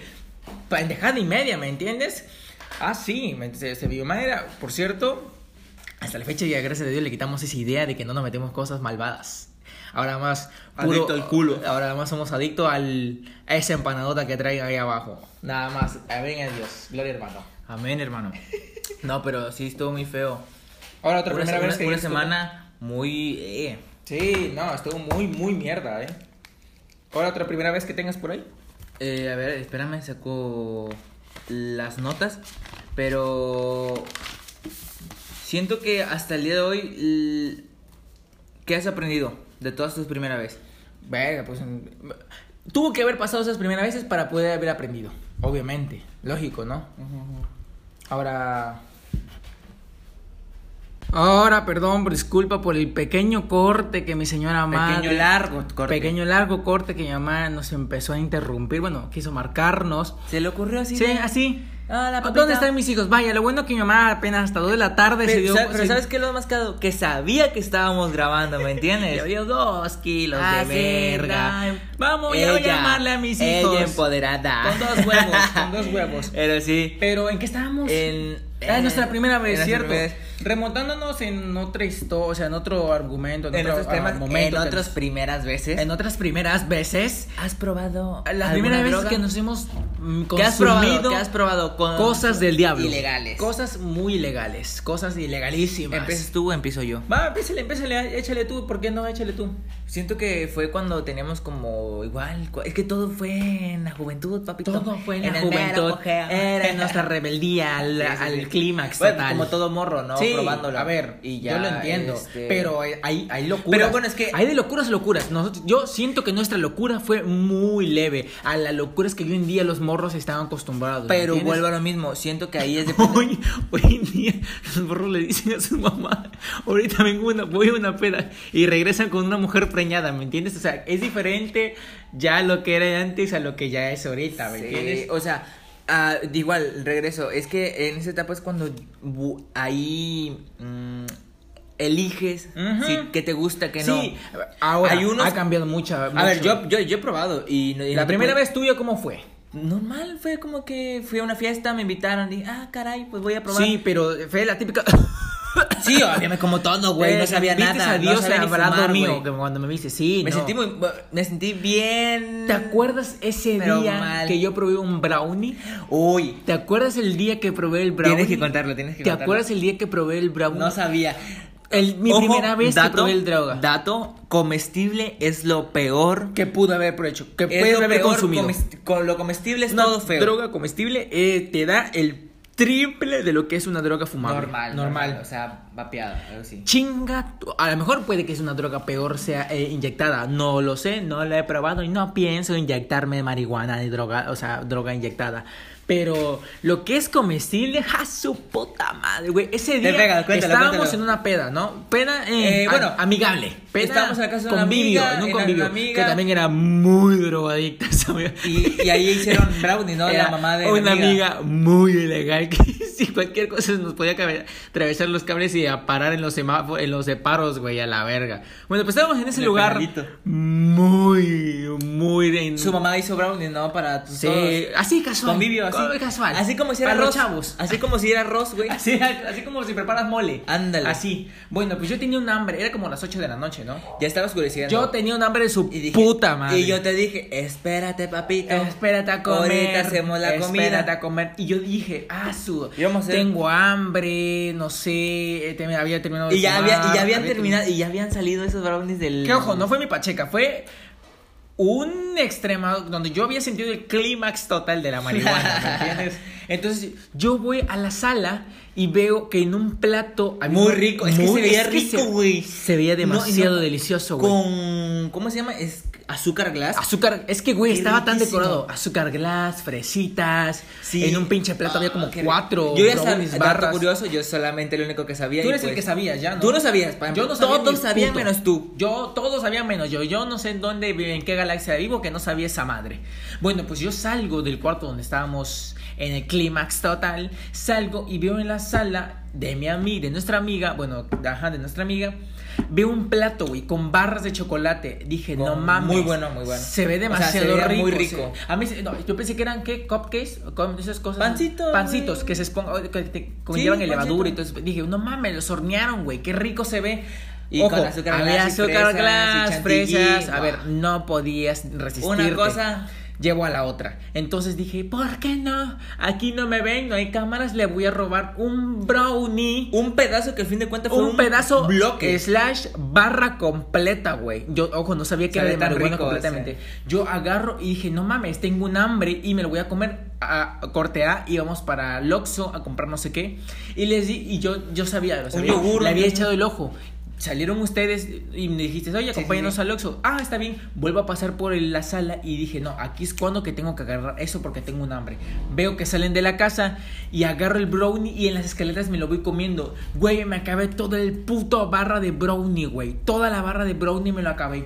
S2: pendejada y media, ¿me entiendes? Ah, sí, me- se, se vio madera. Por cierto, hasta la fecha ya, gracias a Dios, le quitamos esa idea de que no nos metemos cosas malvadas. Ahora más...
S3: Adicto al culo.
S2: Ahora más somos adictos al, a esa empanadota que traen ahí abajo. Nada más. Amén a Dios. Gloria, hermano.
S3: Amén, hermano. No, pero sí estuvo muy feo.
S2: Ahora otra
S3: Una
S2: primera
S3: se-
S2: vez
S3: una-
S2: que
S3: una
S2: yo estuve-
S3: semana muy eh,
S2: Sí, no, estuvo muy, muy mierda, ¿eh? Ahora otra primera vez que tengas por ahí.
S3: eh, a ver, espérame, saco las notas, pero siento que hasta el día de hoy l- ¿qué has aprendido de todas tus primera vez?
S2: Verga, pues. mm, Tuvo que haber pasado esas primeras veces para poder haber aprendido. Obviamente. Lógico, ¿no? Ahora. Ahora, perdón, por disculpa por el pequeño corte que mi señora madre.
S3: Pequeño largo corte.
S2: Pequeño largo corte que mi mamá nos empezó a interrumpir. Bueno, quiso marcarnos.
S3: Se le ocurrió así.
S2: Sí,
S3: de-
S2: así.
S3: Hola, papita.
S2: ¿Dónde están mis hijos? Vaya, lo bueno que mi mamá apenas hasta 2 de la tarde se
S3: Pero,
S2: dio.
S3: sa- pero
S2: se-
S3: ¿sabes qué es lo más cagado? Que sabía que estábamos grabando, ¿me *laughs* entiendes?
S2: Y había dos kilos
S3: Ah, sí,
S2: de verga.
S3: no.
S2: Vamos, ya voy a
S3: Ella,
S2: llamarle a mis
S3: ella
S2: hijos.
S3: empoderada.
S2: Con dos huevos, con
S3: *laughs*
S2: dos huevos.
S3: Pero sí.
S2: Pero ¿en qué estábamos?
S3: En-
S2: Ah, es nuestra
S3: en-
S2: primera vez,
S3: en
S2: ¿cierto?
S3: nuestra primera
S2: Remontándonos en otra historia, o sea, en otro argumento, en,
S3: En
S2: otro
S3: otros
S2: ah,
S3: temas,
S2: momento
S3: en
S2: que
S3: otras
S2: nos-
S3: primeras veces.
S2: en otras primeras veces.
S3: ¿Has probado
S2: La
S3: alguna
S2: primera vez
S3: droga?
S2: que nos hemos mm,
S3: ¿Qué has probado?
S2: consumido
S3: ¿Qué has probado? Con-
S2: cosas del diablo.
S3: Ilegales.
S2: Cosas muy ilegales, cosas ilegalísimas.
S3: ¿Empiezas tú o empiezo yo?
S2: Va, empézale, empézale, échale tú, ¿por qué no? Échale tú.
S3: Siento que fue cuando teníamos como igual, cu- es que todo fue en la juventud, papito.
S2: Todo fue en, la
S3: el mero
S2: juventud.
S3: apogeo.
S2: Era en nuestra
S3: *laughs*
S2: rebeldía al,
S3: Sí, sí,
S2: al
S3: sí.
S2: clímax
S3: Bueno,
S2: total.
S3: como todo morro, ¿no?
S2: Sí,
S3: Probándolo.
S2: A ver,
S3: Y ya,
S2: yo lo entiendo.
S3: este,
S2: Pero hay, hay, hay locuras.
S3: Pero bueno, es que-
S2: Hay de locuras a locuras. Nosotros- yo siento que nuestra locura fue muy leve a las locuras que hoy en día los morros están acostumbrados.
S3: Pero
S2: ¿me entiendes?
S3: vuelvo a lo mismo, siento que
S2: *laughs*
S3: ahí es de
S2: Hoy, hoy en día los morros le dicen a su mamá, ahorita vengo una, voy a una peda y regresan con una mujer preñada, ¿me entiendes? O sea, es diferente ya lo que era antes a lo que ya es ahorita, ¿me
S3: Sí,
S2: entiendes?
S3: O sea, ah, de igual, regreso. Es que en esa etapa es cuando bu- ahí mm, eliges
S2: Ujú.
S3: si- qué te gusta, qué no.
S2: sí, ahora
S3: Hay unos-
S2: ha cambiado mucho.
S3: A ver, yo, yo, yo he probado y... no- y no
S2: La
S3: te
S2: primera
S3: puedo-
S2: vez tuya, ¿cómo fue?
S3: Normal, fue como que fui a una fiesta, me invitaron y... Ah, caray, pues voy a probar.
S2: Sí, pero fue la *laughs* típica...
S3: sí, obviamente como todo, güey. No sabía
S2: Vistes
S3: nada.
S2: a Dios
S3: no sabía ni
S2: labrado
S3: fumar,
S2: mío,
S3: güey.
S2: como cuando me viste, sí,
S3: Me
S2: no.
S3: sentí muy... Me sentí bien...
S2: ¿Te acuerdas ese
S3: Pero
S2: día
S3: mal.
S2: que yo probé un brownie?
S3: Uy.
S2: ¿Te acuerdas el día que probé el brownie?
S3: Tienes que contarlo, tienes que
S2: ¿Te
S3: contarlo.
S2: acuerdas el día que probé el brownie?
S3: No sabía.
S2: El- mi primera vez que probé el droga.
S3: Dato, comestible es lo peor.
S2: que pudo haber hecho, que
S3: es
S2: puede
S3: lo
S2: haber
S3: peor
S2: consumido.
S3: comest- con lo comestible es
S2: Una
S3: todo feo.
S2: droga comestible eh, te da el triple de lo que es una droga fumable.
S3: normal, normal, o sea, vapeado, algo así.
S2: Chinga, tu- a lo mejor puede que es una droga peor sea eh, inyectada, no lo sé, no la he probado y no pienso inyectarme marihuana ni droga, o sea, droga inyectada. Pero lo que es comestible, ja su puta madre, güey. Ese día
S3: pega, Eh, cuéntalo,
S2: estábamos
S3: cuéntalo.
S2: en una peda, ¿no? Peda, eh,
S3: Eh, bueno,
S2: a- amigable. Peda
S3: estábamos en la casa de una
S2: convivio,
S3: amiga,
S2: en un
S3: en la-
S2: convivio,
S3: la amiga.
S2: que también era muy drogadicta *laughs* esa amiga.
S3: Y, y ahí
S2: *laughs*
S3: hicieron brownie, ¿no?
S2: Era
S3: la mamá de la
S2: una amiga. muy ilegal *laughs* que si cualquier cosa nos podía cabe- atravesar los cables y a parar en los semáforos, en los separos, güey, a la verga. Bueno, pues estábamos en ese
S3: En el
S2: lugar
S3: penalito.
S2: muy, muy en-
S3: Su mamá hizo brownie, ¿no? Para tus
S2: Sí,
S3: todos.
S2: así casual.
S3: Convivio, así.
S2: co- casual.
S3: Así como si era
S2: Para los
S3: arroz. *laughs*
S2: chavos.
S3: Así como si era arroz, güey.
S2: Así, así como si preparas mole.
S3: Ándale.
S2: Así. Bueno, pues yo tenía un hambre, era como las 8 de la noche, ¿no?
S3: Ya estaba oscureciendo.
S2: Yo tenía un hambre de su
S3: Y dije-
S2: puta madre.
S3: Y yo te dije, espérate, papito.
S2: Espérate a comer.
S3: Ahorita hacemos la comida.
S2: Espérate a comer. Y yo dije, ah, su.
S3: Y vamos a hacer-
S2: Tengo hambre, no sé. eh, te- había terminado de
S3: Y ya, había-
S2: fumar,
S3: y ya habían
S2: había
S3: terminado, y ya habían salido esos brownies del.
S2: Que ojo, no fue mi pacheca, fue un extremo donde yo había sentido el clímax total
S3: *laughs*
S2: de la marihuana, ¿me entiendes? Entonces, yo voy a la sala y veo que en un plato había
S3: Muy
S2: un-
S3: rico, es que
S2: muy-
S3: se veía
S2: es
S3: rico,
S2: se-
S3: güey.
S2: Se veía
S3: No, y no-
S2: demasiado delicioso, güey.
S3: Con. ¿Cómo se llama? Es azúcar glass.
S2: Azúcar, es que güey,
S3: Qué
S2: estaba tan
S3: riquísimo.
S2: decorado. Azúcar glass, fresitas.
S3: Sí.
S2: En un pinche plato
S3: Ah,
S2: había como
S3: qué rico.
S2: cuatro.
S3: Yo ya
S2: brownies,
S3: sabía,
S2: barras.
S3: dato curioso, yo solamente lo único que sabía.
S2: Tú
S3: y
S2: eres el
S3: pues-
S2: que sabías ya, ¿no?
S3: Tú no sabías, para
S2: Yo no sabía.
S3: Todos
S2: ni
S3: sabían
S2: puto.
S3: menos tú.
S2: Yo, todos sabían menos yo. Yo no sé en dónde, vive, en qué galaxia vivo que no sabía esa madre. Bueno, pues yo salgo del cuarto donde estábamos en el clímax total. Salgo y veo en la sala de mi amiga, de nuestra amiga, bueno, ajá, de nuestra amiga. Veo un plato, güey, con barras de chocolate. Dije,
S3: Con-
S2: no mames.
S3: muy bueno, muy bueno.
S2: Se ve
S3: O sea,
S2: demasiado
S3: se veía
S2: rico.
S3: muy
S2: se-
S3: rico.
S2: a mí, se- no, yo pensé que eran, ¿qué? Cupcakes, o con esas cosas.
S3: Pancito,
S2: Pancitos,
S3: güey.
S2: que se espongan, oh, que te conllevan
S3: pancito.
S2: levadura y todo eso. Dije, no mames, los hornearon, güey, qué rico se ve.
S3: Y
S2: Ojo,
S3: con azúcar
S2: había
S3: glass y
S2: azúcar
S3: fresas
S2: glass,
S3: y chantilly,
S2: fresas. A
S3: guau.
S2: ver, no podías resistirte.
S3: Una cosa.
S2: Llevo a la otra. Entonces dije, ¿por qué no? Aquí no me ven, no hay cámaras, le voy a robar un brownie.
S3: Un pedazo que al fin de cuentas fue
S2: Un,
S3: un,
S2: pedazo
S3: bloque.
S2: slash barra completa, güey. Yo, ojo, no sabía que era
S3: Sabe
S2: de
S3: tan
S2: marihuana
S3: rico,
S2: completamente. Yo agarro y dije, no mames, tengo un hambre y me lo voy a comer. A, corte A y vamos para Loxo a comprar no sé qué. Y les di, y yo, yo sabía, lo sabía.
S3: yogur,
S2: le había
S3: ¿no?
S2: echado el ojo. Salieron ustedes y me dijiste, oye,
S3: sí,
S2: acompáñanos
S3: sí.
S2: al Oxxo. Ah, está bien. Vuelvo a pasar por el- la sala y dije, no, aquí es cuando que tengo que agarrar eso porque tengo un hambre. Veo que salen de la casa y agarro el brownie y en las escaleras me lo voy comiendo. Güey, me acabé todo el puto barra de brownie, güey. Toda la barra de brownie me lo acabé.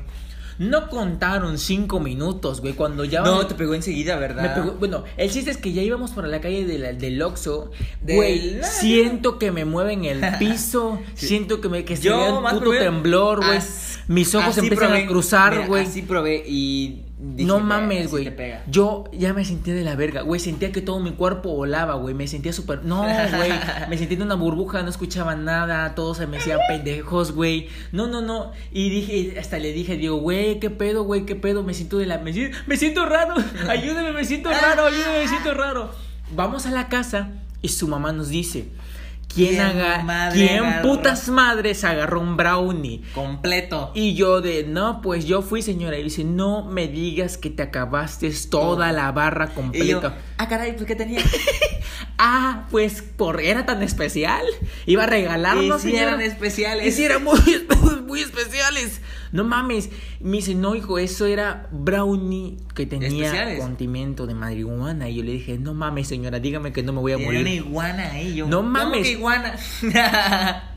S2: No contaron cinco minutos, güey, cuando ya...
S3: No, te pegó enseguida, ¿verdad?
S2: Me pegó- bueno, el chiste es que ya íbamos para la calle de la- del Oxxo.
S3: Del-
S2: Güey, siento que me mueven
S3: *laughs*
S2: el piso. Siento que me que se
S3: Yo
S2: ve un
S3: más
S2: puto
S3: probé-
S2: temblor, güey.
S3: as-
S2: Mis ojos
S3: así
S2: empiezan
S3: probé-
S2: a cruzar,
S3: mira,
S2: güey.
S3: Así probé y. dije,
S2: No
S3: "Verga,
S2: mames,
S3: sí
S2: güey.
S3: te pega".
S2: Yo ya me sentía de la verga, güey. Sentía que todo mi cuerpo volaba, güey. Me sentía súper. No,
S3: *laughs*
S2: güey. Me sentía en una burbuja, no escuchaba nada. Todos se me hacían pendejos, güey. No, no, no. Y dije, hasta le dije, digo, güey, qué pedo, güey, qué pedo. Me siento de la. Me siento, me siento raro. *laughs* Ayúdame, me siento
S3: Ah.
S2: raro, ayúdame, me siento raro. Vamos a la casa y su mamá nos dice. ¿Quién,
S3: ¿Quién
S2: haga,
S3: madre
S2: ¿quién
S3: agarró?
S2: putas madres agarró un brownie?
S3: Completo.
S2: Y yo de, no, pues yo fui señora. Y dice, no me digas que te acabaste toda la barra
S3: Y yo,
S2: completa.
S3: ah, caray, pues
S2: *laughs*
S3: qué tenía.
S2: Ah, pues por era tan especial. Iba a regalarnos.
S3: Y sí
S2: señora.
S3: eran especiales.
S2: Y sí eran muy, *laughs* espe- muy especiales. No mames. Me dice, no, hijo, eso era brownie que tenía
S3: Especiales.
S2: condimento de marihuana. Y yo le dije, no mames, señora, dígame que no me voy a
S3: Tenía
S2: morir.
S3: una iguana ahí, yo.
S2: No
S3: "¿Cómo
S2: mames.
S3: que iguana?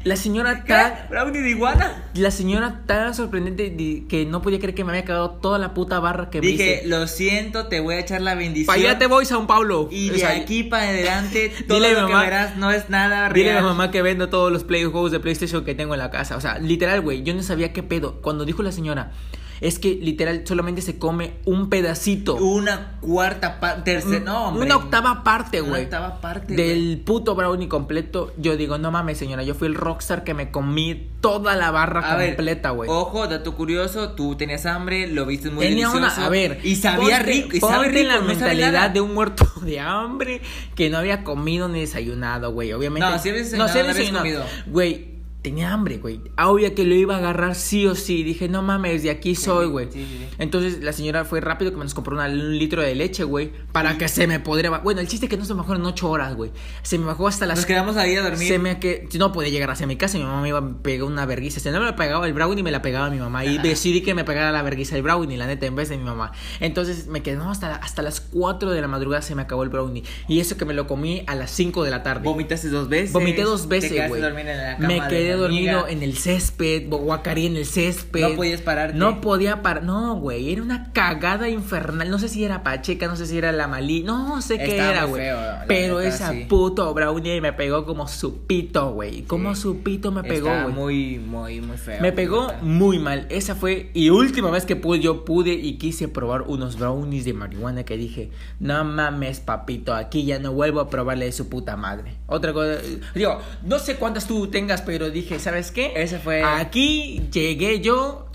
S2: La señora tan,
S3: *laughs* ¿Qué? ¿Brownie de iguana?
S2: la señora tan sorprendente di- que no podía creer que me había cagado toda la puta barra que me hice.
S3: Dije, lo siento, te voy a echar la bendición.
S2: Para allá te voy, San Paulo.
S3: Y
S2: O
S3: de
S2: sea,
S3: aquí para adelante,
S2: *laughs*
S3: todo
S2: Dile a mi
S3: lo que
S2: mamá-
S3: verás no es nada real.
S2: Dile a mi mamá que vendo todos los play- juegos de PlayStation que tengo en la casa. O sea, literal, güey, yo no sabía qué pedo. Cuando dijo la señora, es que literal solamente se come un pedacito.
S3: Una cuarta parte,
S2: Un-
S3: no, hombre.
S2: una octava parte,
S3: Una
S2: güey.
S3: octava parte,
S2: Del puto brownie completo. Yo digo, no mames, señora, yo fui el rockstar que me comí toda la barra
S3: A ver,
S2: completa, güey.
S3: Ojo, dato curioso, tú tenías hambre, lo viste muy
S2: Tenía una,
S3: delicioso.
S2: a ver,
S3: y sabía
S2: ponte-
S3: rico, y sabe
S2: ponte
S3: rico,
S2: la
S3: no sabe nada.
S2: mentalidad de un muerto *laughs* de hambre que no había comido ni desayunado, güey. Obviamente.
S3: No, sí habías desayunado,
S2: sí
S3: no habías comido.
S2: Güey, tenía hambre, güey. Ah, Obvio que lo iba a agarrar sí o sí. Dije, no mames, de aquí soy, güey.
S3: sí, sí, sí.
S2: Entonces la señora fue rápido que me nos compró una- un litro de leche, güey, para que se me pudiera. ba- Bueno, el chiste es que no se me bajó en ocho horas, güey. Se me bajó hasta las.
S3: Nos quedamos ahí a dormir.
S2: Se me que no podía llegar hacia mi casa, mi mamá me iba a pegar una verguiza. Si no me la pegaba el brownie, me la pegaba mi mamá. Y decidí que me pegara la verguiza el brownie, la neta, en vez de mi mamá. Entonces me quedé no, hasta, la- hasta las 4 de la madrugada se me acabó el brownie. Y eso que me lo comí a las 5 de la tarde.
S3: Vomitaste dos veces.
S2: Vomité dos
S3: Te
S2: veces,
S3: quedaste
S2: güey.
S3: a dormir en la cama
S2: Me
S3: de
S2: quedé
S3: tu
S2: dormido
S3: amiga.
S2: en el césped, guacarí en el césped.
S3: No podías pararte.
S2: No podía parar. No, güey, era una cagada infernal. No sé si era Pacheca, no sé si era la Malí, no sé qué
S3: Estaba
S2: era,
S3: muy
S2: güey.
S3: feo, la
S2: Pero
S3: neta,
S2: esa
S3: sí.
S2: puto brownie me pegó como su pito, güey. Como su pito me pegó,
S3: Estaba
S2: güey.
S3: muy, muy, muy feo.
S2: Me pegó
S3: neta.
S2: muy mal. Esa fue y última vez que pude, yo pude y quise probar unos brownies de marihuana que dije, no mames, papito, aquí ya no vuelvo a probarle su puta madre. Otra cosa, digo, no sé cuántas tú tengas, pero dije, ¿sabes qué?
S3: Esa fue-
S2: Aquí llegué yo.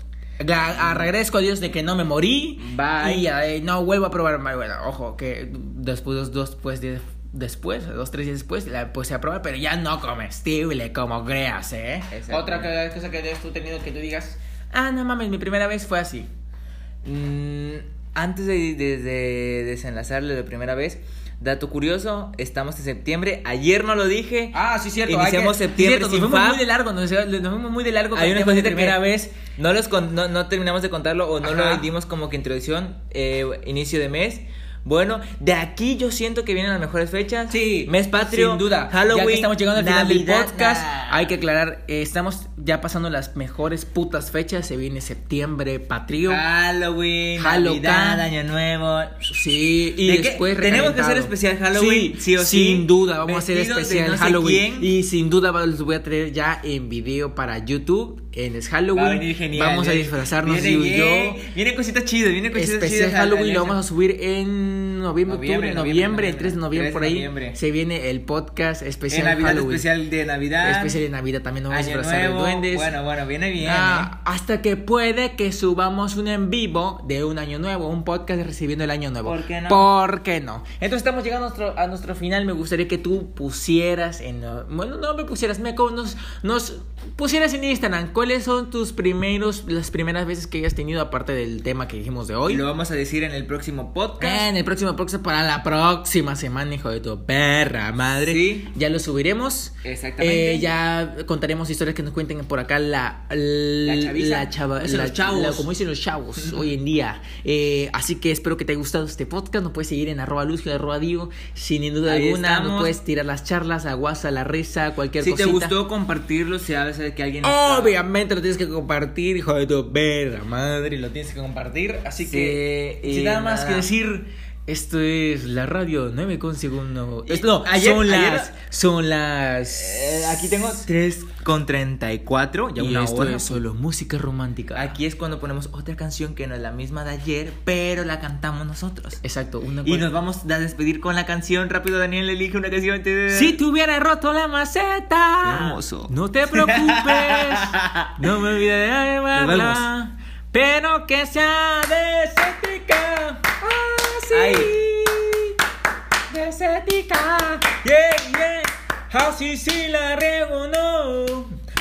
S2: la- a- agradezco a Dios de que no me morí.
S3: Bye.
S2: Y eh, no vuelvo a probar marihuana. Ojo, que después, dos, dos, pues, de- después, dos, tres días después, la puse a probar, pero ya no comestible, como creas, ¿eh?
S3: Exacto.
S2: Otra ca- cosa que hayas tú tenido que tú digas, ah, no mames, mi primera vez fue así.
S3: Mm, antes de, de- de desenlazarlo de primera vez, dato curioso, estamos en septiembre. Ayer no lo dije.
S2: Ah, sí, cierto.
S3: Iniciamos
S2: hay que-
S3: septiembre
S2: sí, cierto,
S3: sin
S2: nos fuimos
S3: fab.
S2: muy de largo, nos, nos fuimos muy de largo. con
S3: Hay
S2: el
S3: una
S2: tema de
S3: cosita
S2: primera
S3: que
S2: vez.
S3: no, los con- no, no terminamos de contarlo o no
S2: Ajá.
S3: lo dimos como que introducción, eh, inicio de mes. Bueno, de aquí yo siento que vienen las mejores fechas.
S2: Sí,
S3: mes patrio,
S2: sin duda.
S3: Halloween,
S2: ya que estamos llegando al final del
S3: Navidad,
S2: podcast,
S3: nah.
S2: hay que aclarar, eh, estamos ya pasando las mejores putas fechas. Se viene septiembre, patrio.
S3: Halloween,
S2: Halloween.
S3: Navidad, Año Nuevo.
S2: Sí, y
S3: ¿De qué?
S2: después
S3: Tenemos que
S2: recalentado.
S3: hacer especial Halloween, sí o sí.
S2: Sin duda, vamos a
S3: Vestidos
S2: hacer
S3: de
S2: especial
S3: no sé
S2: Halloween.
S3: quién.
S2: Y sin duda va- los voy a traer ya en video para YouTube. En es Halloween.
S3: Va a venir genial,
S2: Vamos a
S3: eh.
S2: disfrazarnos
S3: Viene
S2: y yo.
S3: bien, Vienen cositas chidas, vienen cositas
S2: Especial
S3: chidas.
S2: Halloween lo
S3: Alexa.
S2: vamos a subir en noviembre,
S3: Noviembre,
S2: octubre, noviembre,
S3: noviembre,
S2: el 3 de noviembre
S3: tres
S2: por
S3: de
S2: ahí.
S3: noviembre.
S2: Se viene el podcast especial
S3: En Navidad,
S2: Halloween.
S3: especial de Navidad.
S2: Especial de Navidad también nos vamos a
S3: Año
S2: disfrazar de
S3: Nuevo.
S2: duendes.
S3: Bueno, bueno, viene bien.
S2: Ah,
S3: ¿eh?
S2: hasta que puede que subamos un en vivo de un año nuevo, un podcast recibiendo el año nuevo.
S3: ¿Por qué no?
S2: ¿Por qué no? Entonces estamos llegando a nuestro, a nuestro final. Me gustaría que tú pusieras en... eh, Bueno, no me pusieras, me co- nos, nos pusieras en Instagram. ¿Cuáles son tus primeros, las primeras veces que hayas tenido aparte del tema que dijimos de hoy?
S3: Lo vamos a decir en el próximo
S2: Eh,
S3: podcast.
S2: En el próximo podcast para la próxima semana, hijo de tu perra madre.
S3: Sí.
S2: Ya lo subiremos.
S3: Exactamente.
S2: Eh, ya contaremos historias que nos cuenten dicen por acá, la, la,
S3: chaviza.
S2: chava-
S3: Como dicen
S2: la-
S3: los chavos.
S2: la- como dicen los chavos hoy en día. Eh, así que espero que te haya gustado este podcast. Nos puedes seguir en arroba lucio, arroba digo. Sin duda
S3: Ahí
S2: alguna, nos
S3: estamos.
S2: puedes tirar las charlas, a WhatsApp, la risa, cualquier
S3: Si
S2: cosita.
S3: te gustó compartirlo, si sabes que alguien está-
S2: Obviamente lo tienes que compartir, hijo de tu perra madre, lo tienes que compartir. Así
S3: Sí,
S2: que,
S3: y
S2: sin nada más
S3: nada.
S2: que decir, esto es la radio 9 con segundo.
S3: Y
S2: Esto, no,
S3: ayer-
S2: son
S3: ayer-
S2: las. Son las.
S3: Eh, aquí tengo 3 con 34, ya
S2: y
S3: una
S2: esto
S3: hora. pues.
S2: es solo música romántica.
S3: Aquí es cuando ponemos otra canción que no es la misma de ayer, pero la cantamos nosotros.
S2: Exacto, una
S3: Y
S2: cual-
S3: nos vamos a despedir con la canción. Rápido, Daniel, elige una canción.
S2: Si te hubiera roto la maceta,
S3: Qué hermoso.
S2: no te
S3: *laughs*
S2: preocupes, no me olvides de
S3: vemos.
S2: amarla, pero que sea desértica, Ah,
S3: Ahí.
S2: así, Ah, desértica, yeah, yeah, así sí la riego, no.